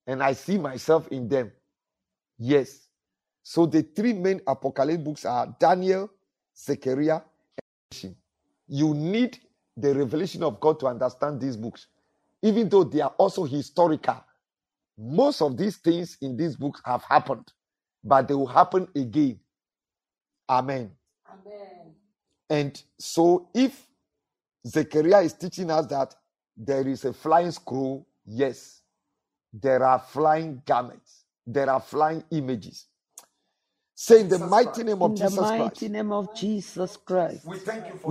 and I see myself in them. Yes. So the three main apocalypse books are Daniel, Zechariah, Revelation. You need the revelation of God to understand these books, even though they are also historical. Most of these things in these books have happened, but they will happen again. Amen. And so, if Zechariah is teaching us that there is a flying scroll, yes, there are flying garments, there are flying images. Say in the mighty name of
In the
Jesus
mighty
Christ,
name of Jesus Christ,
we thank you for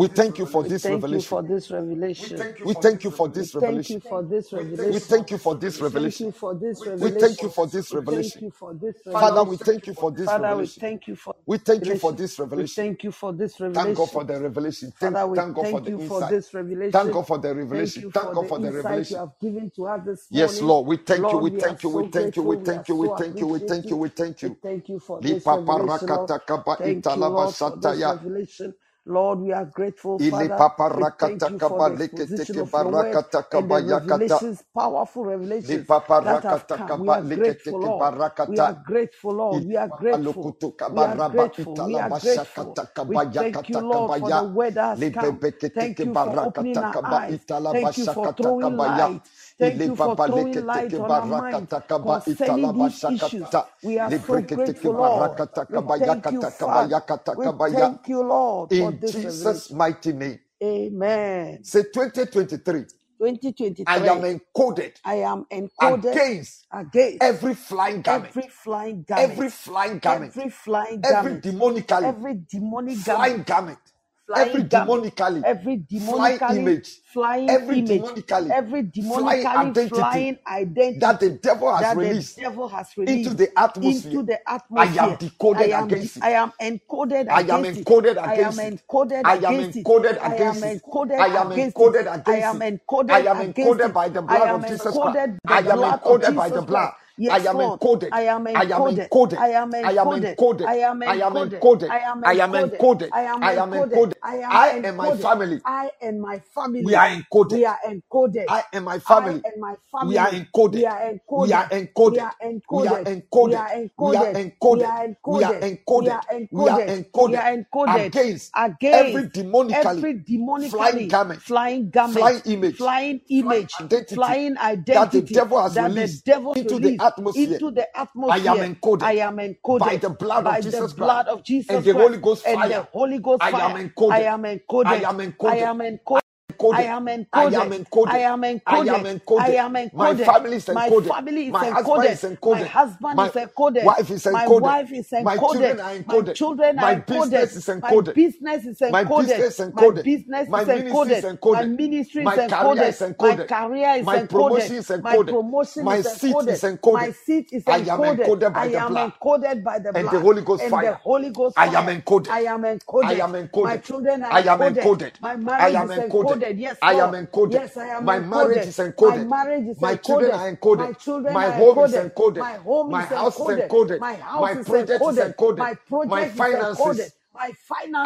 we
this
thank you
revelation.
for this revelation.
We thank you for
We
this
thank you
revelation.
for this
We
revelation.
thank you for this
We thank
revelation.
you for this
We thank
revelation.
you for this
We thank
revelation.
you for this
Father, we
revelation.
thank you for this
Father, we
revelation.
thank you for
We
this
thank you for
revelation.
this
We
revelation.
thank you for this
Thank God for
revelation.
the revelation. Thank,
Father, we
thank God for
thank
the
you for
insight.
this
Thank
revelation.
God for the
Thank
revelation.
you
Thank
for
God
the
for the
insight you
revelation.
have given to us this
Yes,
morning.
Lord, we thank you,
Lord,
we
we are
thank you, we
so
thank you,
grateful.
we
We are
thank you, we
so
thank you, we thank you,
appreciative.
we thank
We
you.
thank you for this
Lipa
revelation, Lord.
parakata kaba
Thank you,
italaba
Lord, for this
sataya.
revelation. Lord, we are grateful,
Ili
Father. We
paparakata
thank you for
kaba
the
leketeke
exposition of your word
barakata
and the
kaba yakata.
revelations, powerful revelations
Lipa
that have
parakata
come. We
kaba
are
leketeke
grateful, Lord. We
barakata.
are grateful, Lord. Oh, We
Ili
are
papa
grateful.
lokutu
We
kaba
are
raba
grateful. We are
italaba
grateful.
shakata
We
kaba
thank you,
yakata
Lord,
kaba
for the
ya.
word that has come. Thank
Libebeketeke
you for opening
barakata
our
kaba
eyes.
italaba
Thank you for
shakata
throwing
kaba ya.
light. Thank
Ili
you for
papa
throwing light
leketeke
on our minds
barakata kaba
concerning
italaba
these issues.
shakata.
We are so
Libreketeke
grateful, Lord.
barakata
We
kaba
thank you,
yakata kaba
Father.
yakata
We
kaba ya.
thank you, Lord, for
In
this
Jesus'
revelation.
mighty name.
Amen.
Say 2023. I am
2023,
encoded
I am encoded
against
against
every flying garment,
every flying
every
garment,
flying garment,
every flying
every
garment,
demonically
every demonic
flying
garment,
garment, every
flying
demonically
garment, every
flying
demonically
image,
flying
every
image,
demonically
every
flying
demonically
identity
flying
that the
identity
devil has
that the
released
devil has
into
released
the atmosphere.
into the
I am
atmosphere. I
decoded
am de-
against it.
I am encoded
I am
against it.
encoded
I am
against it.
encoded
I am
against it.
encoded
I am
against it.
encoded
I am
against it.
encoded
I
against
am
it. I
encoded
am
against
encoded
it.
by the
I
blood
am
of Jesus Christ.
encoded by
I
the
am
blood of
encoded by the
Jesus
blood.
Christ.
I
Yes,
am
Lord.
encoded.
I am
I am
encoded.
encoded.
I am
I am
encoded.
encoded.
I am
I am
encoded.
encoded.
I am
I am encoded.
encoded. I am
I am encoded.
encoded. I am
I and my
encoded.
family,
I and my
we
family,
are encoded.
we are encoded.
I and my
I
family,
and my
we are
family, we
encoded.
are
We are
encoded. We
encoded.
are
We are
encoded. We
encoded.
are
We are
encoded.
encoded.
We are
We are
encoded. We
encoded. We are encoded
are encoded. We are encoded
against every
against
demonically
every
flying
demonically
garment,
flying garment,
flying image,
flying
flying
image,
identity
flying
that the
identity
devil has
that the
released
devil's
into the
released
atmosphere.
into the
I am
atmosphere. I
encoded
am
by
encoded
the blood of
by the
Jesus Christ
blood of
and
Jesus
the
Christ
Holy Ghost
and the
fire.
Holy Ghost
I am
fire. I
encoded.
am
I
encoded.
am
I
encoded.
am encoded.
encoded.
I am
I am
encoded. I
encoded. I
am
am
encoded. I
encoded.
am
My
encoded.
family is
My
encoded.
family is
My husband
encoded.
is
My
encoded.
husband
My
is encoded.
wife is
My
encoded.
wife is
My
encoded.
children are
My
encoded.
children
My
are encoded.
business is
My
encoded.
business is
My
encoded.
business is
My
encoded.
business
My
is
ministry is
encoded. My
encoded.
ministry is
My career
encoded.
is
My
encoded.
career is
My
encoded.
promotion is
My
encoded.
promotion
My
is
seat is
encoded. My
encoded.
seat is
I am
encoded.
encoded
I
by the
am
blood
encoded by the
and the
blood
Holy Ghost
and the
fire.
Holy Ghost
I am
fire.
encoded.
I am
I
encoded.
am
My
encoded.
children are
I am
encoded.
encoded.
My
I
marriage
am
is
encoded.
encoded. Yes,
I am
Lord.
encoded.
Yes, I am
My marriage
encoded.
is
My
encoded.
marriage is
My children
encoded.
are
My
encoded.
children
My
are
home is
encoded.
encoded.
My home
My
is
house is
encoded.
encoded.
My
My
house is
project is
encoded.
encoded.
My
My
project is encoded.
finances
My
are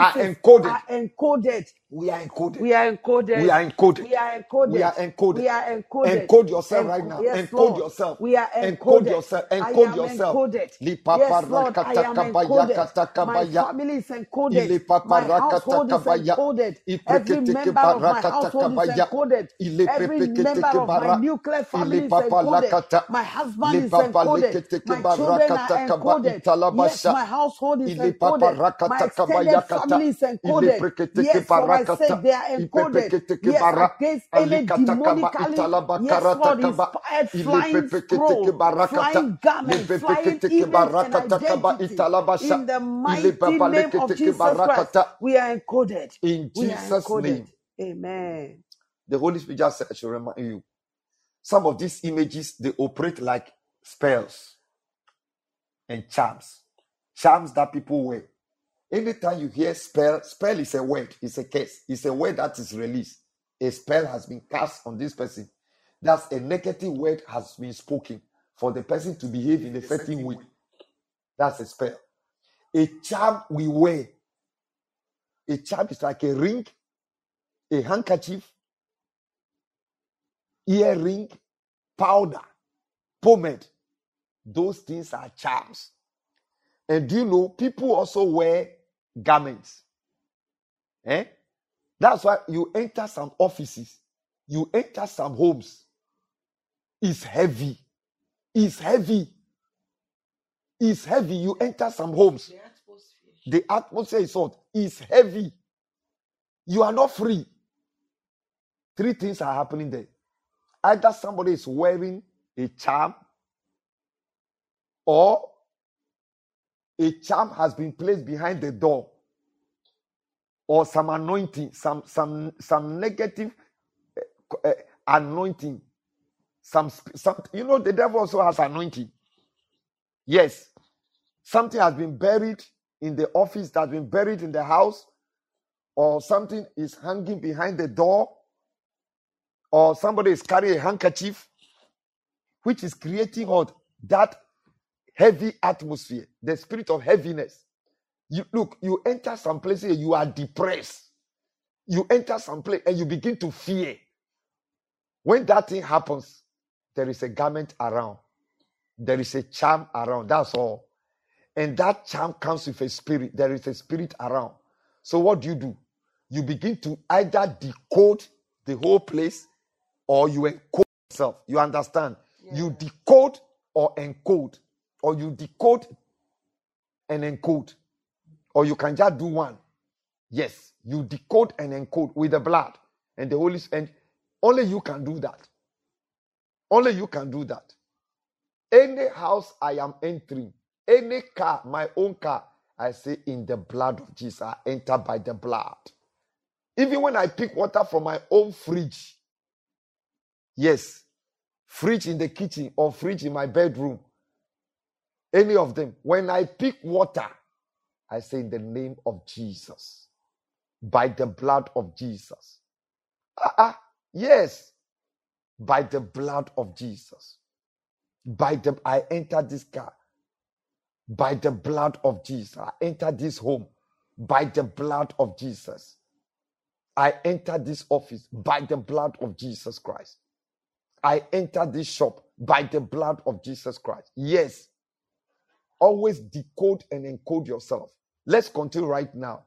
finances
encoded.
are encoded.
We are encoded.
We are
We
encoded.
are encoded.
We are
We
encoded.
are encoded.
We are encoded.
Encode yourself right
Enco-
now.
yes,
Encode
Lord.
yourself.
We are
Encode
encoded.
yourself.
I
Encode
am
yourself.
encoded.
Li
Yes,
papa
Lord. I
rakata
am
kabaya
encoded.
kata
My
kabaya.
family is encoded.
Ile papa
My
rakata
household is
kabaya.
encoded. Every
Ipreketeke
member of my
barakata
household is
kabaya.
encoded.
Ile
Every member
pepeketeke
of my
bara.
nuclear
Ile
family is
papa
encoded.
lakata.
My husband
Le
is
papa
encoded.
leketeke
My children
barakata
are
kaba
encoded. Yes,
italabasha.
my household is
Ile papa
encoded. My
rakata kabaya
extended
kata.
family is
Ile
encoded.
preketeke
Yes, for I said
barakata.
they are encoded.
Ipepeketeke
Yes,
bara.
against any
Alikata kaba
demonically,
italaba
yes,
karata
Lord,
kaba.
inspired
Ile
flying
pepeketeke
scroll,
barakata.
flying
Le
garment, flying
pepeketeke
image, and
barakata kaba
identity.
italabasha.
In the
Ile
mighty
papa
name of
leketeke
Jesus Christ,
barakata.
we are encoded.
In
We are
Jesus'
encoded.
name.
Amen.
The Holy Spirit just said, I should remind you. Some of these images, they operate like spells and charms. Charms that people wear. Anytime you hear spell, spell is a word, it's a curse, it's a word that is released. A spell has been cast on this person. That's a negative word has been spoken for the person to behave in a certain way. That's a spell. A charm we wear. A charm is like a ring, a handkerchief, earring, powder, pomade. Those things are charms. And do you know people also wear garments? Eh? That's why you enter some offices, you enter some homes. It's heavy. It's heavy. It's heavy. You enter some homes. The atmosphere is hot. It's heavy. You are not free. Three things are happening there. Either somebody is wearing a charm or a charm has been placed behind the door, or some anointing, some some some negative eh, anointing. Some sp- some you know the devil also has anointing. Yes, something has been buried in the office, that's been buried in the house, or something is hanging behind the door, or somebody is carrying a handkerchief, which is creating what that heavy atmosphere, the spirit of heaviness. You look, you enter some places and you are depressed. You enter some place and you begin to fear. When that thing happens, there is a garment around, there is a charm around. That's all. And that charm comes with a spirit. There is a spirit around. So what do you do? You begin to either decode the whole place or you encode yourself. You understand? You
Yes.
decode or encode, or you decode and encode, or you can just do one. Yes, you decode and encode with the blood and the Holy Spirit. Only you can do that. Only you can do that. Any house I am entering, any car, my own car, I say in the blood of Jesus, I enter by the blood. Even when I pick water from my own fridge, yes, fridge in the kitchen or fridge in my bedroom, any of them, when I pick water, I say in the name of Jesus, by the blood of Jesus. Ah, ah, yes, by the blood of Jesus. By the I enter this car by the blood of Jesus. I enter this home by the blood of Jesus. I enter this office by the blood of Jesus Christ. I enter this shop by the blood of Jesus Christ. Yes, always decode and encode yourself. Let's continue right now.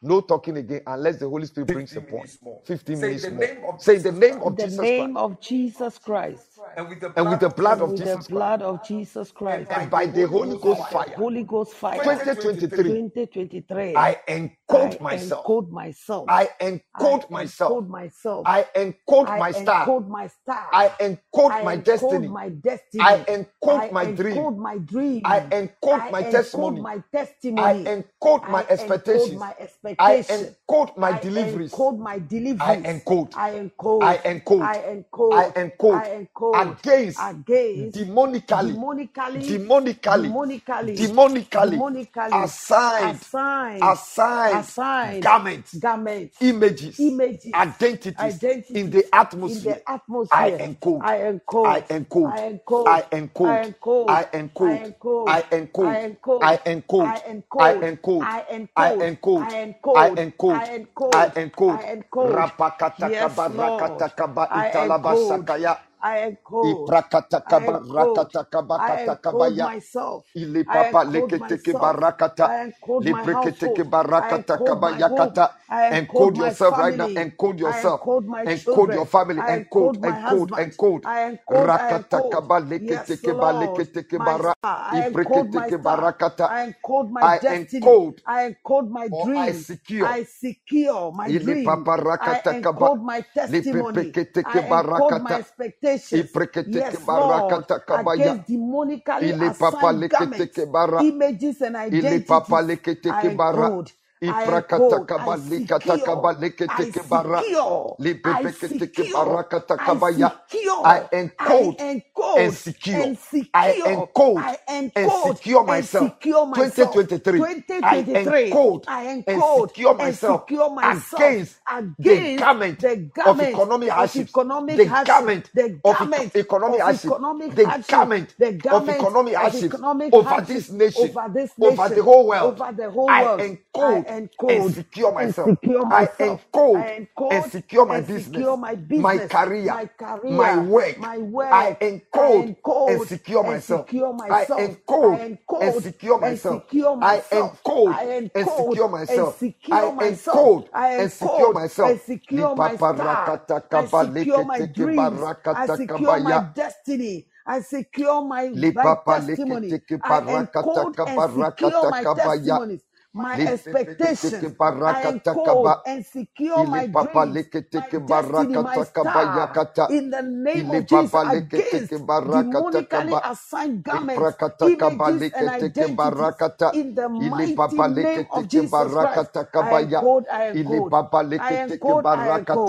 No talking again unless the Holy Spirit brings a
15
point.
minutes more. Say
15
in
minutes
the
more.
name of
Say in the
Jesus
name
Christ
In
of
the
Jesus Christ
name of Jesus Christ
and with the
and
blood
with the
of
blood
and
of
Jesus
Jesus
with the
Christ
Christ
blood of Jesus
and
Christ
by the
and by the
Holy
Holy
Ghost
Ghost
and
fire
the
fire
Holy Ghost fire
2023,
2023.
2023.
I encode
I
myself.
encode myself.
I
I
encode myself.
encode myself.
I encode
I
my star.
encode my
I
star.
encode
I
my
encode
destiny.
my
I
destiny.
encode
I
my dream.
encode my
I
dream.
encode
I
my
encode
testimony.
my
I
testimony.
encode my
I encode
expectations.
my
I
expectation.
encode my
I
deliveries.
encode my
I
deliveries.
encode.
I
I
encode.
encode.
I
I
encode.
encode
I encode
against
against
demonically,
demonically,
demonically,
demonically,
demonically
demonically
assigned,
assigned,
assigned
assigned
garments,
garments,
images,
images,
identities in the
identities in
atmosphere.
the
I
atmosphere.
encode.
I
I
encode,
encode.
I
I
encode, I
encode. I
encode, I
encode.
encode,
I encode.
I
I
encode,
encode.
I
I
encode,
encode.
I
I
encode,
encode.
I
I
encode, I
encode. I encode.
encode, I encode. Yes,
Rapakatakaba
Lord,
rakatakaba
I
italaba
encode,
sakaya.
I encode, I
Iprakatakaba
encode,
rakatakaba
I encode
katakabaya.
myself, I
Ilepapa
encode
leketeke
myself,
barakata.
I encode my
Lepreketeke
household, I
barakata
encode my home,
kabayakata.
I encode
Encode
my
yourself right now.
family,
Encode
I
yourself.
encode my
Encode your
children,
family.
I
Encode,
encode my
encode,
husband,
encode.
I encode, I encode.
Rakatakaba
Yes,
leketeke ba
Lord,
leketeke
my
bara.
star, I encode my
Ipreketeke
star,
barakata.
I encode my
I
destiny,
encode
I encode my
or I
dream,
secure
I secure my
Ili
dream,
papa
I
rakata kaba.
encode my
Li
testimony,
pepekete
I
keba
encode my
rakata. I
expectations.
prekete
Yes,
keba
Lord,
rakata kabaya.
against demonically
Ili papa
assigned
lekete
garments,
keba ra.
images, and
Ili papa
identities.
lekete
I
keba ra.
encode,
I
I
prakata
encode, I
kaba likata
secure,
kaba lekete
I
keba ra.
secure,
Li
I
pepekete keba
secure,
rakata
I
kabaya. I
secure, I
encode and
encode
secure.
and
I
secure,
encode
I
and
encode
secure
and
myself.
secure myself.
2023. I
2023,
encode
I
and
encode
secure
and
myself
secure myself
against the
against
garment
the
of
garment
economic
of
hardships,
economic
the
hardship,
garment
the
of eco-
garment
economic
of
hardship,
economic
the
hardship,
garment
the
of
garment
economic
of
hardships
economic
over
hardship
this nation,
over this
over the
nation,
whole world.
over the whole
I
world. I
encode and
encode
secure
and
myself.
secure
I
myself.
encode
I
and
encode
secure my
and secure
business,
my
my
business,
career,
my
my
career,
work.
my
I
work. I
encode and
encode
secure
and
myself.
secure
I
myself. I
encode and
encode
secure
and
myself.
secure
I
myself.
encode
I
and
encode
secure
and
myself. I
secure myself.
encode
I
and secure
encode and
myself.
secure my
Lipapa
star.
rakata
I
kaba
secure
leke
my
teke
dreams. I
barakata
secure my
kabaya.
destiny. I secure my, my
Lipapa leke
testimony.
teke
I
barakata
encode and
kaba
secure
rakata
my
kabaya.
testimonies, my expectations. I encode and secure my dreams, my destiny, my star in the name of Jesus against demonically assigned garments, images, and identities. In the mighty name of Jesus Christ, I encode, I encode, I encode, I encode, I encode, I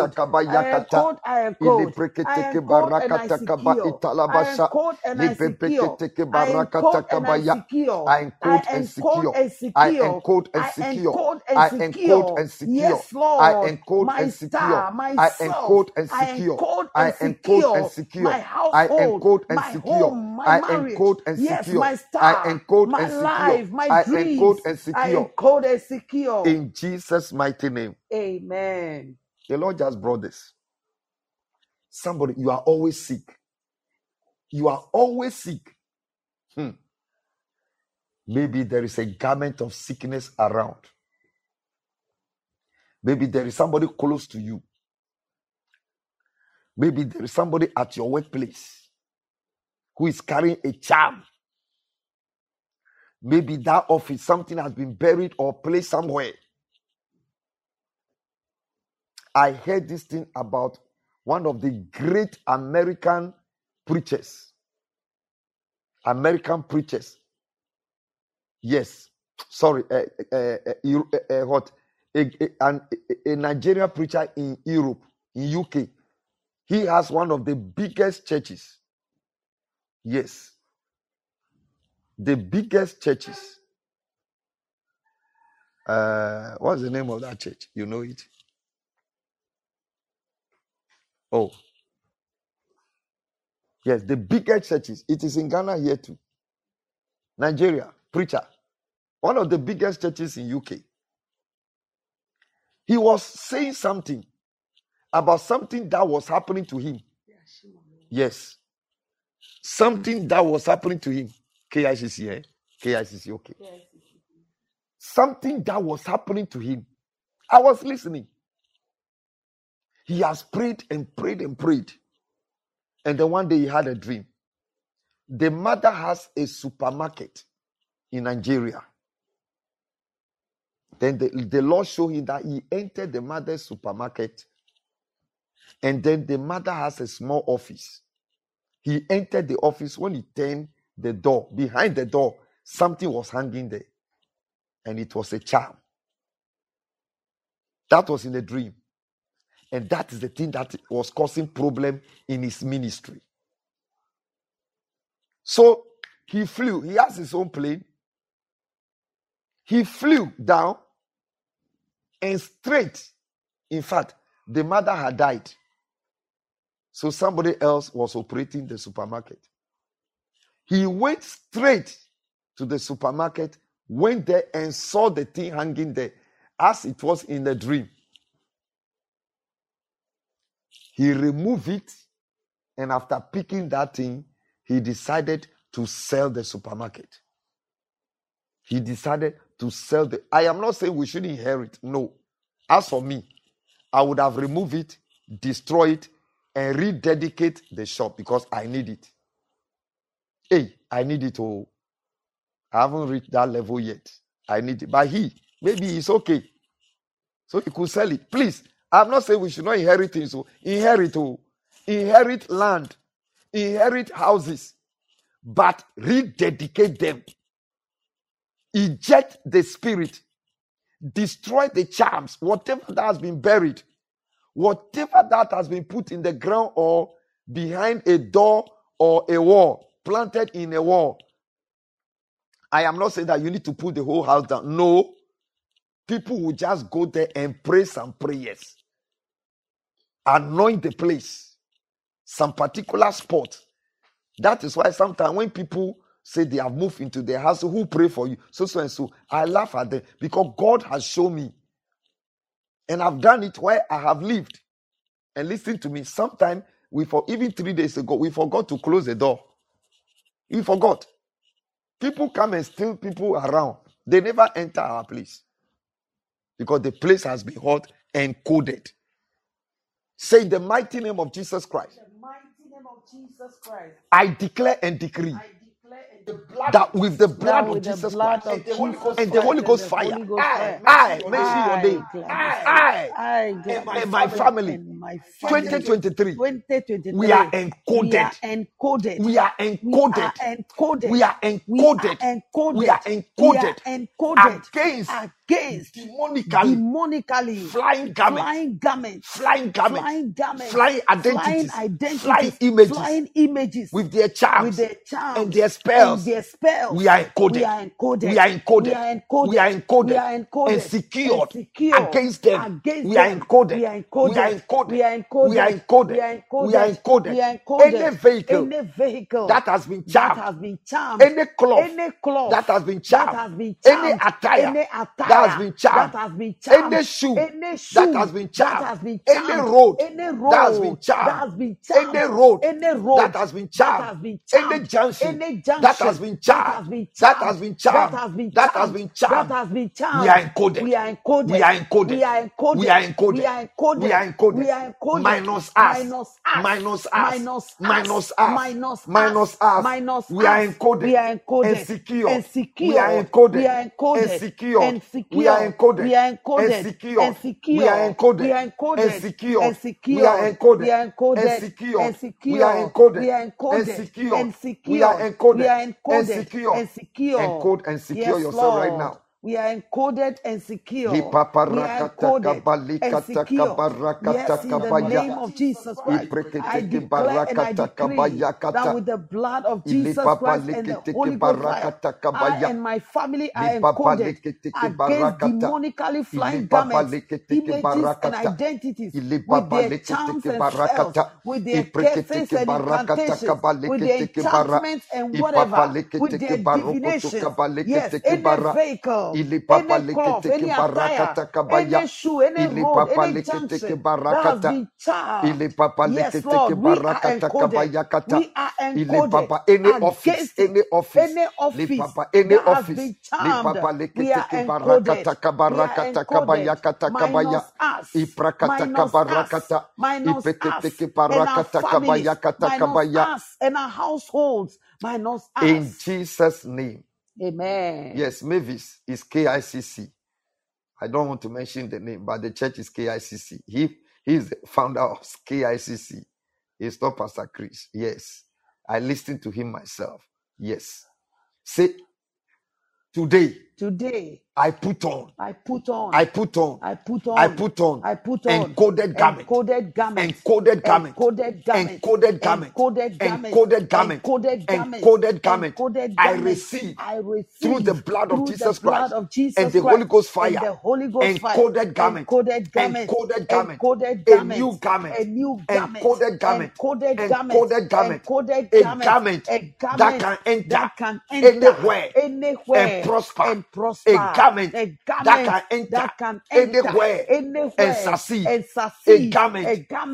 encode, I encode and I secure, I encode
I encode and secure. I encode and secure.
and I secure, I encode and I secure, I encode and secure, I encode and
I encode
secure.
and secure.
Yes,
I
Lord,
encode
my
and secure.
star,
I
myself,
encode and
I
secure.
encode
I
and
encode and
secure
secure.
my
I
household,
encode and
my
secure.
home, my
I
marriage.
encode and
Yes,
secure.
my
I
star,
encode
my
and secure.
life, my
I encode
dreams.
and
I
secure.
encode and secure.
In Jesus' mighty name.
Amen.
The Lord just brought this. Somebody, you are always sick. You are always sick. Hmm. Maybe there is a garment of sickness around. Maybe there is somebody close to you. Maybe there is somebody at your workplace who is carrying a charm. Maybe that office, something has been buried or placed somewhere. I heard this thing about one of the great American preachers. American preachers. Yes. Sorry. Uh, uh, uh, Eu- uh, uh, what? A, a, an- a- a Nigerian preacher in Europe, in UK. He has one of the biggest churches. Yes. The biggest churches. Uh, what's the name of that church? You know it? Oh, yes. The biggest churches. It is in Ghana here too. Nigeria, preacher. One of the biggest churches in UK. He was saying something about something that was happening to him. Yes. something that was happening to him. KICC, eh? KICC, okay. Something that was happening to him. I was listening. He has prayed and prayed and prayed. And then one day he had a dream. The mother has a supermarket in Nigeria. Then the, the Lord showed him that he entered the mother's supermarket. And then the mother has a small office. He entered the office. When he turned the door, behind the door, something was hanging there. And it was a charm. That was in the dream. And that is the thing that was causing problem in his ministry. So he flew. He has his own plane. He flew down and straight. In fact, the mother had died. So somebody else was operating the supermarket. He went straight to the supermarket, went there and saw the thing hanging there as it was in the dream. He removed it. And after picking that thing, he decided to sell the supermarket. he decided to sell the i am not saying we should inherit no as for me i would have removed it destroy it and rededicate the shop because i need it hey i need it oh i haven't reached that level yet i need it but he maybe it's okay so he could sell it please i'm not saying we should not inherit things so inherit oh inherit land inherit houses but rededicate them eject the spirit destroy the charms, whatever that has been buried, whatever that has been put in the ground or behind a door or a wall, planted in a wall. I am not saying that you need to put the whole house down. No, people will just go there and pray some prayers, anoint the place, some particular spot. That is why sometimes when people say they have moved into their house, who pray for you? So, so, and so. I laugh at them because God has shown me and I've done it where I have lived. and listen to me. Sometime we for even three days ago we forgot to close the door. We forgot. People come and steal people around. They never enter our place because the place has been hot and coded. Say in the mighty name of Jesus Christ.
In the mighty name of Jesus Christ,
I declare and decree
I declare and
that with the blood
That
of
with the
Jesus
blood
Christ
of Jesus
and the
Christ
Holy
and
Ghost
the
fire,
Holy Ghost fire,
I mention your
I,
name,
Gladys,
I
I,
and
Gladys
my
Fred,
family,
and my family,
2023, we are
2023, we
encoded.
are
We are
encoded. We are
encoded.
encoded.
We are
We are
encoded. We
encoded.
are
We are
encoded
encoded
against
against
demonically
demonically
flying garments,
flying garments,
flying garments,
flying garments,
flying
flying
identities, flying
identities,
images
flying images
with their
with
charms
their
and
charms
their
and
spells.
their
We
spells.
are
We
encoded.
are
We are
encoded. We
encoded.
are
We are
encoded. We
encoded
are
and
encoded and
secured
secured
against them.
against
We are
them. We
encoded.
are
We are
encoded.
encoded.
We are
We are
encoded. We
encoded.
are
We are
encoded.
encoded.
We are encoded.
Any vehicle
Any vehicle
that has been
that
charmed,
has been charmed,
any cloth
any cloth
that has been
that
charmed,
has been
any
charmed,
attire
any
that has
attire
been
that
charmed,
has been charmed,
any shoe
any
that has
shoe
been
that
charmed,
has been
any
charmed,
road
any
that has been
road that
charmed,
has
any
been charmed,
road
any
that
road
has been
that
charmed,
has been
any
charmed,
junction
any
that has
junction
been
that
charmed,
has been
that has
charmed,
been
that
charmed,
has been
that has
charmed,
been
that
charmed.
has been
We are
charmed.
encoded.
We are
We
encoded.
are encoded. We
We are
are
encoded. We
encoded.
are
We
encoded.
are encoded.
We are encoded.
Minus us.
Minus us.
Minus us.
Minus us.
Minus us.
Minus us.
Minus us.
Minus
We are
us.
encoded
We are
and
encoded
secured.
and
We are
secured. We
encoded
are
and
encoded
secured. We are
and secured.
encoded
We are
and
encoded and
secured. We are
secured. We
encoded
are
and
encoded and
secured. We are
secured. We
encoded
are
and
encoded
secured. We
and
are
secured. We
encoded
are
and
encoded
secured. We
and
are
secured. We
encoded
are
and
encoded
secured.
and secured.
Encode and secure
Yes,
yourself right
Lord.
now.
We are encoded and secure. We are encoded and secure. Yes, in the name
Hipaparakatakabalikatakabaya.
of Jesus Christ, I
Ipreketeke
declare and I decree that
barakatakabayakata.
with the blood of Jesus
Ilipapa
Christ and the
likitiki
Holy Ghost fire, I
barakatakabayaka.
and my family are
Lipapa
encoded
likitiki
against
barakata.
demonically flying
Ilipapa
garments,
likitiki
images, and
barakata.
identities with
Ilipapa
their charms
likitiki
and spells,
barakata.
with their curses
Iprekitiki
and
barakata
incantations, with their
kabalikitiki bara.
enchantments and
Ipapa
whatever, with
likitiki
their
barokoto
divinations. Yes,
kabalikitiki
any
bara.
vehicle,
Ilipapa
any cloth,
likitiki
any attire,
barakata kabaya.
any shoe, any road,
Ilipapa
any
likitiki
junction that has
barakata.
been charmed.
Ili papa
Yes,
leketeke
Lord, we are
barakata
encoded.
kabayakata.
We are
Ili
encoded
papa any office,
against it.
any office.
Any
Li
office
papa any
that has
office.
been
Li
charmed,
papa
we are
leketeke
encoded.
barakata
We are
kabarakata
encoded.
kabayakata kabaya.
Minus us,
Iprakata
minus us,
kabarakata.
minus us,
Ipeketeke
and our
barakata
families,
kabayakata
minus
kabaya.
us, and our households, minus
In
us.
Jesus' name.
Amen.
Yes, Mavis is KICC. I don't want to mention the name, but the church is KICC. He, he is the founder of KICC. He's not Pastor Chris. Yes. I listened to him myself. Yes. Say, today
Today,
I put on,
I put on,
I put on,
I put
I
on,
put on
I put on
encoded garment,
encoded garments,
encoded garment,
encoded garments,
encoded garment,
encoded garments,
encoded garment,
encoded garments,
encoded garment.
encoded
I
garments.
receive
I
through the
receive
blood of
through the
Jesus
blood
Christ
of
and
Jesus
the Holy
Christ
Ghost
and
fire,
the Holy Ghost fire,
encoded garment,
encoded garments,
encoded garment,
encoded
a new
garments,
garment,
a new garment,
encoded garment,
encoded garments,
encoded garment,
encoded
a
garments,
garment
a
that
garment
can enter
that can enter
anywhere and
anywhere
prosper,
and
a
prosper,
garment
a
that
garment
can enter
that can enter
anywhere and
anywhere
succeed,
and
a
succeed, a
garment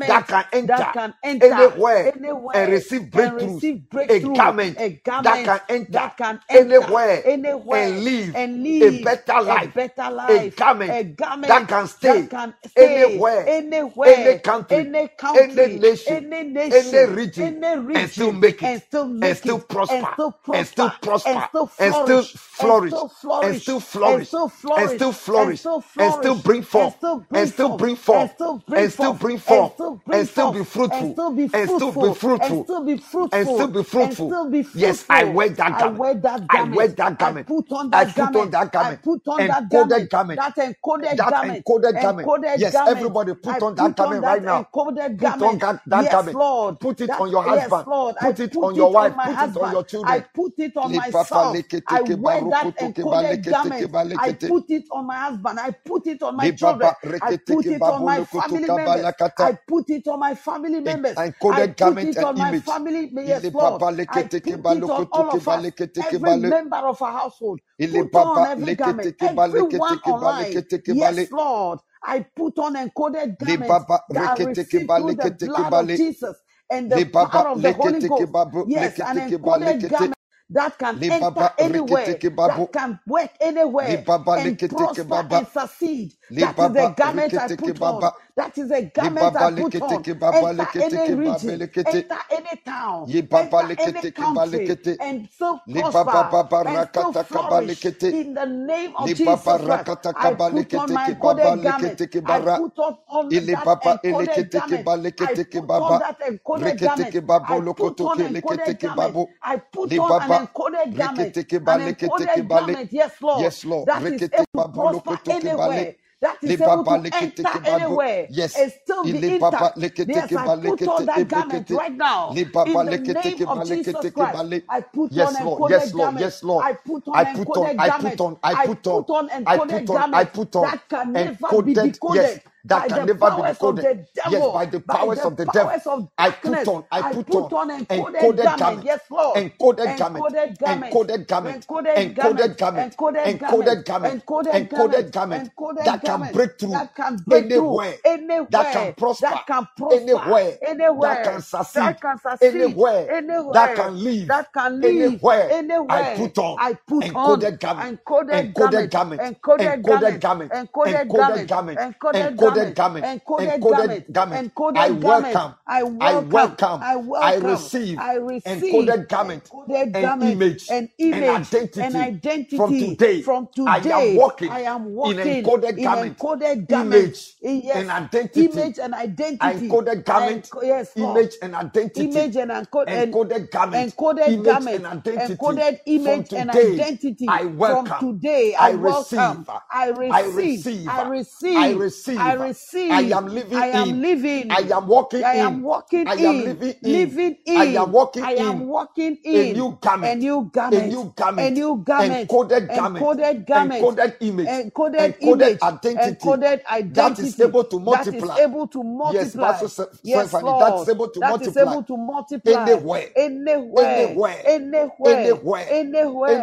that
garment
can enter
that can enter
anywhere and
anywhere
receive
and
breakthroughs,
receive
a
breakthrough,
garment
a
that
garment
can enter
that can enter
anywhere and
anywhere
live
and
a
live
better
a
life,
better
a
life,
garment
a
that
garment
can
that
stay
can stay
anywhere, any
anywhere,
country,
any
any
country,
nation,
any
any
nation,
region,
any
and still
region,
make
and
it,
still
and
make
still
it, and
prosper,
still
and still
prosper, and
prosper,
still
and still
flourish, and
flourish,
still
and still
flourish, and
flourish,
still
and
flourish,
still flourish, and still
and still flourish,
bring
and
forth,
still
and
bring
still
forth,
bring
and
forth,
still bring
and still
forth,
bring
and
forth,
still bring
and still
forth,
be
and
fruitful,
still be
and still be
fruitful,
fruitful, and still
and still be fruitful,
be
and
fruitful.
still be
Yes, I
fruitful.
wear that
I
garment.
wear that
I wear
garment.
that
I
garment.
put on
I
that
put on
garment.
that
I
garment.
put on that
Encoded
garment,
garment.
that encoded
That
garment,
encoded garment.
encoded
Yes,
garment.
everybody put
I
on that
put on
garment
that
right now.
encoded
Put on
garment.
ga- that
Yes,
garment.
Lord.
Put it
That
on your
yes,
husband.
Lord. I
Put it
put
on
it
your
on
wife.
my
Put it on
husband.
your
I
children.
put it on
Lipapa
myself. I
leketeke
wear that
barokotoke
encoded
baleketeke
garment. I
balekete.
put it on my husband. I put it on my children.
Lipapa
I put
reketeke
it on my
babolokotoka
family members.
balakata.
I put it on my family
en-
members. I
E encoded
put
garment
it
and
on my
image.
family. Yes,
Ile
Lord.
papa
I
leketeke
put it on all
balokotoke
of us,
baleketeke
every
bale.
member of our household.
Ile
Put on
papa
every garment,
leketeke
everyone
baleketeke
online.
baleketeke
Yes,
bale.
Lord. I put on encoded
Le
garments
papa
that are
reketeke
received through the
baleketeke
blood of
bale.
Jesus and the
Le papa
power of the Holy
leketeke
Ghost.
babo
Yes, an
leketeke
encoded
balekete.
garment. that can enter anywhere, that can work anywhere, and prosper and succeed. That is the garment I put on. That is the garment I put on. Enter any region, enter any town, enter any country, and so prosper and so flourish in the name of Jesus Christ. I put on my encoded garment. I put on, on that encoded garment. I put on that encoded garment. I put on encoded garment. I put on an encoded garment. An encoded garment, yes, Lord.
Yes, Lord.
That is able to prosper anywhere that is able to enter anywhere
yes.
and still be intact. Yes, I put on that garment right now in the name of Jesus Christ. I put
yes,
on
Lord. Yes, Lord.
encoded garment.
Yes, Lord.
I put on
I put on.
encoded
I put
garment.
on. I
I
put on.
put on
I put
encoded
on. I
garment
put on.
that can never be
Encoded. Yes,
decoded
that
by
can
the
never be
powers of
decoded.
the
Yes, by
devil,
the
by
powers
the
of the devil.
powers of
I put
darkness.
on. I
I
put
put
on.
on encoded
Encoded
garment.
garment.
Yes, Lord.
Encoded garment.
Encoded garment.
Encoded garment.
Encoded garment.
Encoded garment. Encoded
Encoded garment.
garment. Encoded
Encoded garment.
garment
Encoded
that can
garment
break through
that can break through
anywhere that can
anywhere,
prosper
that can prosper
anywhere that can
anywhere,
succeed
that can succeed
anywhere that
anywhere,
can live
that can live
anywhere i
anywhere.
put on
I put on
encoded garment
encoded
encoded
garment,
garment
encoded
encoded
garment,
garment
encoded
encoded
garment,
garment
encoded
encoded
garment,
garment
encoded
encoded
garment,
garment i
encoded garment.
welcome
I
i
welcome,
welcome
I
i
welcome,
receive
I receive
encoded garment
encoded
an
garment,
image
an
an
image, an
identity from
identity
today
from
i am
today.
walking
I am
in
walking
encoded
in
garment
encoded garment.
image
Eh,
and
Yes,
identity
image and identity.
encoded
I
garment,
enco- oh, yes, Lord
image and identity,
image and enco- and
encoded garment,
encoded
image and
garment,
identity.
encoded
From
image and
today,
identity.
I
From
welcome,
today, I
I receive,
welcome, I
I
receive,
receive,
I
I
receive, I
receive. I
receive,
am living
I am
in, I
living,
am walking
I am
in,
walking
I am
in,
living in,
living
I am
in,
walking
I am
in
walking
a
in
new
a
garment,
new
a
garment,
new
a
garment,
new garment,
encoded garment,
encoded garment,
encoded image,
encoded
encoded
image,
identity
encoded
that is
identity
able to
that is
multiply.
able to
Yes,
multiply.
Pastor Se-
Yes,
Stephanie, that is
Lord,
able to
that is
multiply
able to multiply
anywhere,
anywhere,
anywhere,
anywhere,
anywhere,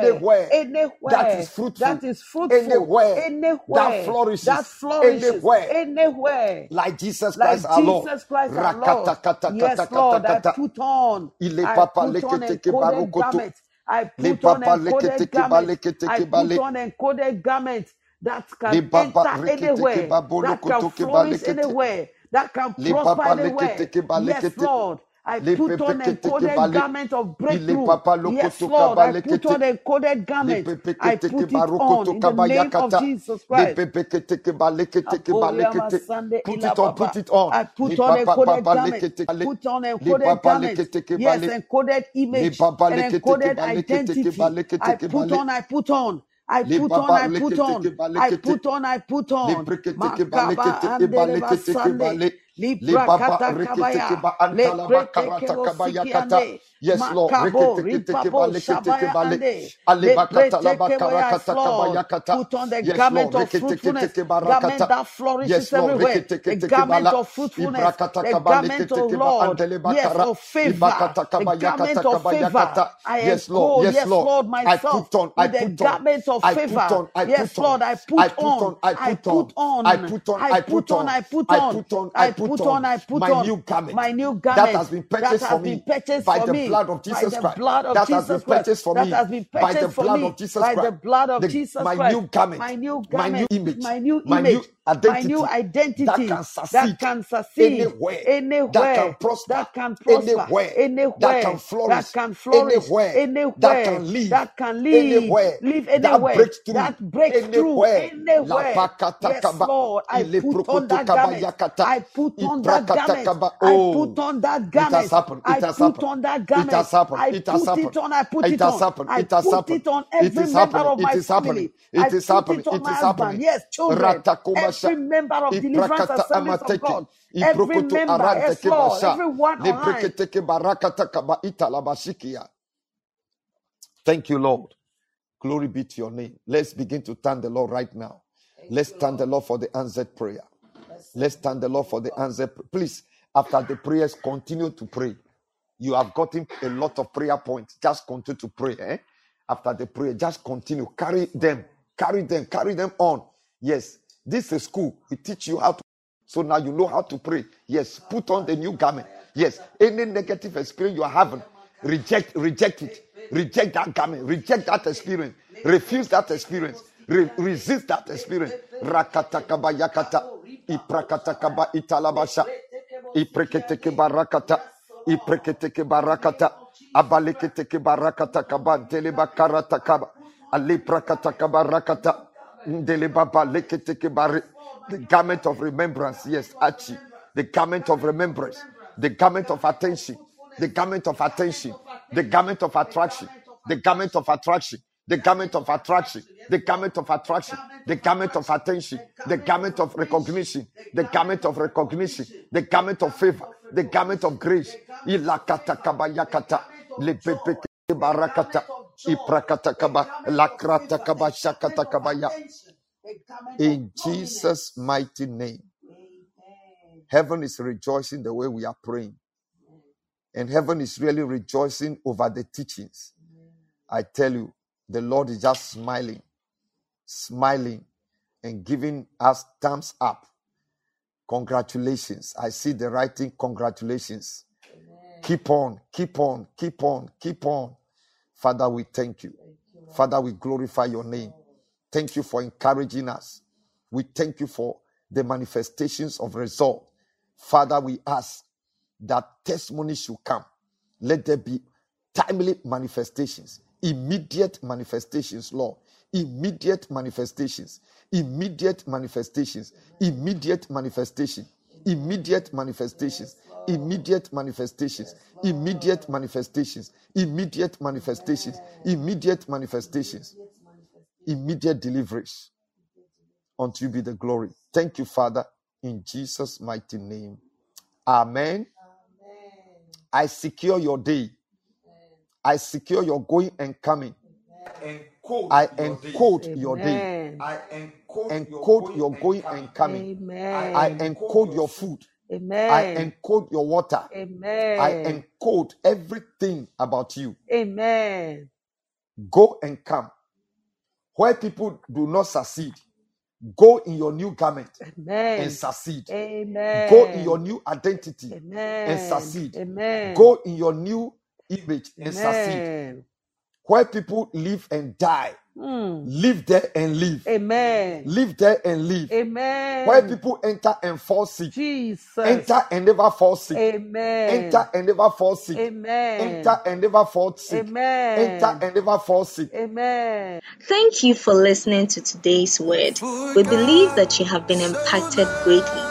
anywhere,
anywhere that is
anywhere that
fruitful,
is fruitful,
anywhere that
anywhere that
flourishes,
flourishes,
anywhere
anywhere
like Jesus Christ
like
our Lord.
Jesus Christ our Lord.
Rakata kata
Yes,
kata kata
Lord, I
kata.
put on,
Ile
I
papa
put on
lekete
encoded
barokoto.
garments. I
Le
put on
papa
encoded
lekete kebale
garments.
kete
I put
kebale.
on encoded garments that can
Le baba
enter
rekete
anywhere, that can
kebabolokoto kebale
flourish
kete.
anywhere, that can
Le
prosper
papa lekete
anywhere.
kebale
Yes,
kete.
Lord, I
Le
put
pepe
on
kete
encoded
kebale.
garment of
Ile
breakthrough.
papa
Yes,
lokoto
Lord, I
kabale
put
kete.
on encoded
Le
garment.
pepe
I
kete
put it on
kebarokoto
in the name of
kabayakata.
Jesus
Le
Christ.
pepe kete kebale kete
Oh,
kebale
Aporiama
kete.
Sunday
Put it on,
Ilababa.
put it on.
I Ah, put
Le
on
papa
encoded
papa
garment,
lekete kebale.
put on
Le
encoded
papa
garment.
lekete
Yes,
kebale.
encoded
Le
image,
baba
an
lekete
encoded
kebale kete
identity.
kebale kete
I put
kebale.
on, I put on, I
Le
put on,
baba
I put
lekete
on,
kebale
I
kete.
put on, I put
Le
on.
brekete kebale
Makaba
kete
andele
ebale kete
basande.
kebale. Le
Libra
baba
kata
rekete
kabaya.
keba
Le
antalaba
prete
karata
kebo
kabaya
siki
kata.
ande.
Yes, Lord.
Makabo,
Rekete kete
ripabo,
kebale kete
shabaya
kebale.
ande. Le
Aleba kata
prete
laba
kebo, yes,
karakata
Lord.
kabaya kata.
Put on the
Yes,
garment
Lord.
of
Rekete kete
fruitfulness,
kebarakata.
garment that flourishes
Yes, Lord.
everywhere,
Rekete
the
kete
garment
kebala.
of fruitfulness,
Ibrakata
the
kabale
garment
kete
of
keba
Lord,
anteleba
yes,
kara.
of favor,
Ibakata
the
kabaya
garment
kata
of
kabaya
favor.
kata.
I
Yes, Lord.
encode,
Yes,
yes,
Lord.
Lord,
I
myself
put on. I
with the
put on.
garment of
I put
favor.
on, I
Yes,
put on,
Lord, I
I
put
put
on,
on, I
I
put
put
on, I
on,
put on,
I
I
put
put
on,
on,
I put
I
on,
put on, I
I
put
put
on
on, I put
my
on
new garment
my new
that
garment
has been
that
purchased for
has been
me
purchased
by
for
the
me
blood of
by
Jesus
the
Christ,
blood of
that has been
Jesus Christ,
purchased for
that
me
has been
by the
purchased for
blood of
me
Jesus
by the
Christ.
blood of
The,
Jesus
my
Christ,
new garment,
my new
my new
garment,
image,
my new
my new
image, my new
identity that
identity
can
that
succeed
can succeed
anywhere, that can
anywhere,
prosper
that can prosper
anywhere, that can
anywhere,
flourish
that can flourish
anywhere, that
anywhere,
can live
that can live,
anywhere,
live
that
anywhere,
breaks through
that breaks through
anywhere. La
anywhere. Yes,
pakatakaba
Lord, I put on that garment.
ileprokotokabayakata
I put on that garment.
iprakatakaba.
I put
Oh,
on that
it has
garment.
happened. It
I
has
put
happened.
on that
It
garment.
has happened.
I
It has
put
happened.
it on. I put
It
it
has
on.
happened.
I
It has
put
happened.
it on
It
every
is
member
happening.
of
It
my
is happening.
family. I
It is
put
happening.
it on
It
my
is
husband.
happening.
Yes, children.
Ratakamasha.
Every member of Deliverance
Iprakata
Assemblies of
amateke.
God. Every
Iprokoto
member. Yes,
aranteke
Lord.
basha.
Everyone online.
Lebreketeke barakata kaba italabashikia. Thank you, Lord. Glory be to your name. Let's begin to thank the Lord right now. Let's thank the Lord for the answered prayer. Let's thank the Lord for the answer. Please, after the prayers, continue to pray. You have gotten a lot of prayer points. Just continue to pray. eh? After the prayer, just continue. Carry them, carry them, carry them on. Yes, this is school. We teach you how to. So now you know how to pray. Yes, put on the new garment. Yes, any negative experience you are having, reject, reject it. Reject that garment. Reject that experience. Refuse that experience. Re- resist that experience. Rakatakaba yakata. Iprakatakaba italabasha. Ipreketeke barakata. Ipreketeke barakata. Abaleketeke barakata kaba. Deleba karata kaba. Aliprakata kaba rakata. Ndelebaba leketeke bari. The garment of remembrance. Yes, Achi. The garment of remembrance. The garment of attention. The garment of attention. The garment of attraction. The garment of attraction the garment of attraction, the garment of attraction, the garment of attention, the garment of recognition, the garment of recognition, the garment of favor, the garment of grace. Ilakata kabayakata, lepepeke barakata, iprakata kaba, lakrata kaba, shakata kabaya. In Jesus' mighty name, heaven is rejoicing the way we are praying, and heaven is really rejoicing over the teachings. I tell you, the Lord is just smiling, smiling, and giving us thumbs up. Congratulations. I see the writing. Congratulations. Keep on, keep on, keep on, keep on. Father, we thank you. Father, we glorify your name. Thank you for encouraging us. We thank you for the manifestations of result. Father, we ask that testimony should come. Let there be timely manifestations immediate manifestations, Lord. Immediate manifestations, immediate manifestations, immediate manifestation, immediate manifestations, immediate manifestations, immediate manifestations, immediate manifestations, immediate manifestations, immediate deliveries. Unto you be the glory. Thank you, Father, in Jesus' mighty name. Amen. I secure your day. I secure your going and coming.
Encode
I
your day.
encode your day.
Amen.
I encode your going and
Encode your going
coming.
and coming.
I
I
encode
Amen.
encode
your
your
food.
food. I
Amen.
encode your water. I
Amen.
encode everything about you.
Amen.
Go and come. Where people do not succeed, go in your new garment and
Amen.
succeed. Go in your
Amen.
new identity and
Amen.
succeed.
Amen.
Go in your new image and succeed.
Amen.
Where people live and die,
Mm.
live there and live.
Amen.
Live there and live. Where
Amen.
people enter and fall sick,
Jesus.
enter and never fall sick, enter
Amen.
and never fall sick, enter
Amen.
and never fall sick, enter
Amen.
and never fall sick.
Amen.
Thank you for listening to today's word. We believe that you have been impacted greatly.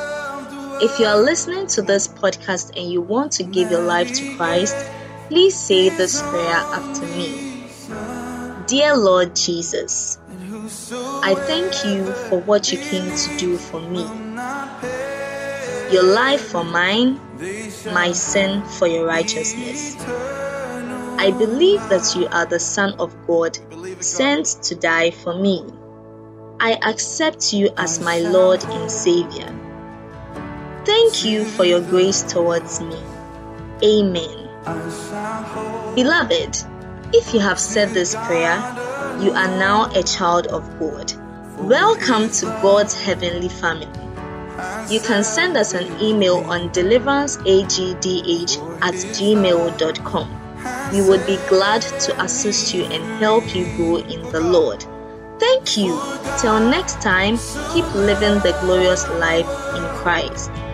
If you are listening to this podcast and you want to give your life to Christ, please say this prayer after me. Dear Lord Jesus, I thank you for what you came to do for me. Your life for mine, my sin for your righteousness. I believe that you are the Son of God, sent to die for me. I accept you as my Lord and Savior. Thank you for your grace towards me. Amen. Beloved, if you have said this prayer, you are now a child of God. Welcome to God's heavenly family. You can send us an email on deliveranceagdh at gmail.com. We would be glad to assist you and help you grow in the Lord. Thank you. Till next time, keep living the glorious life in Christ.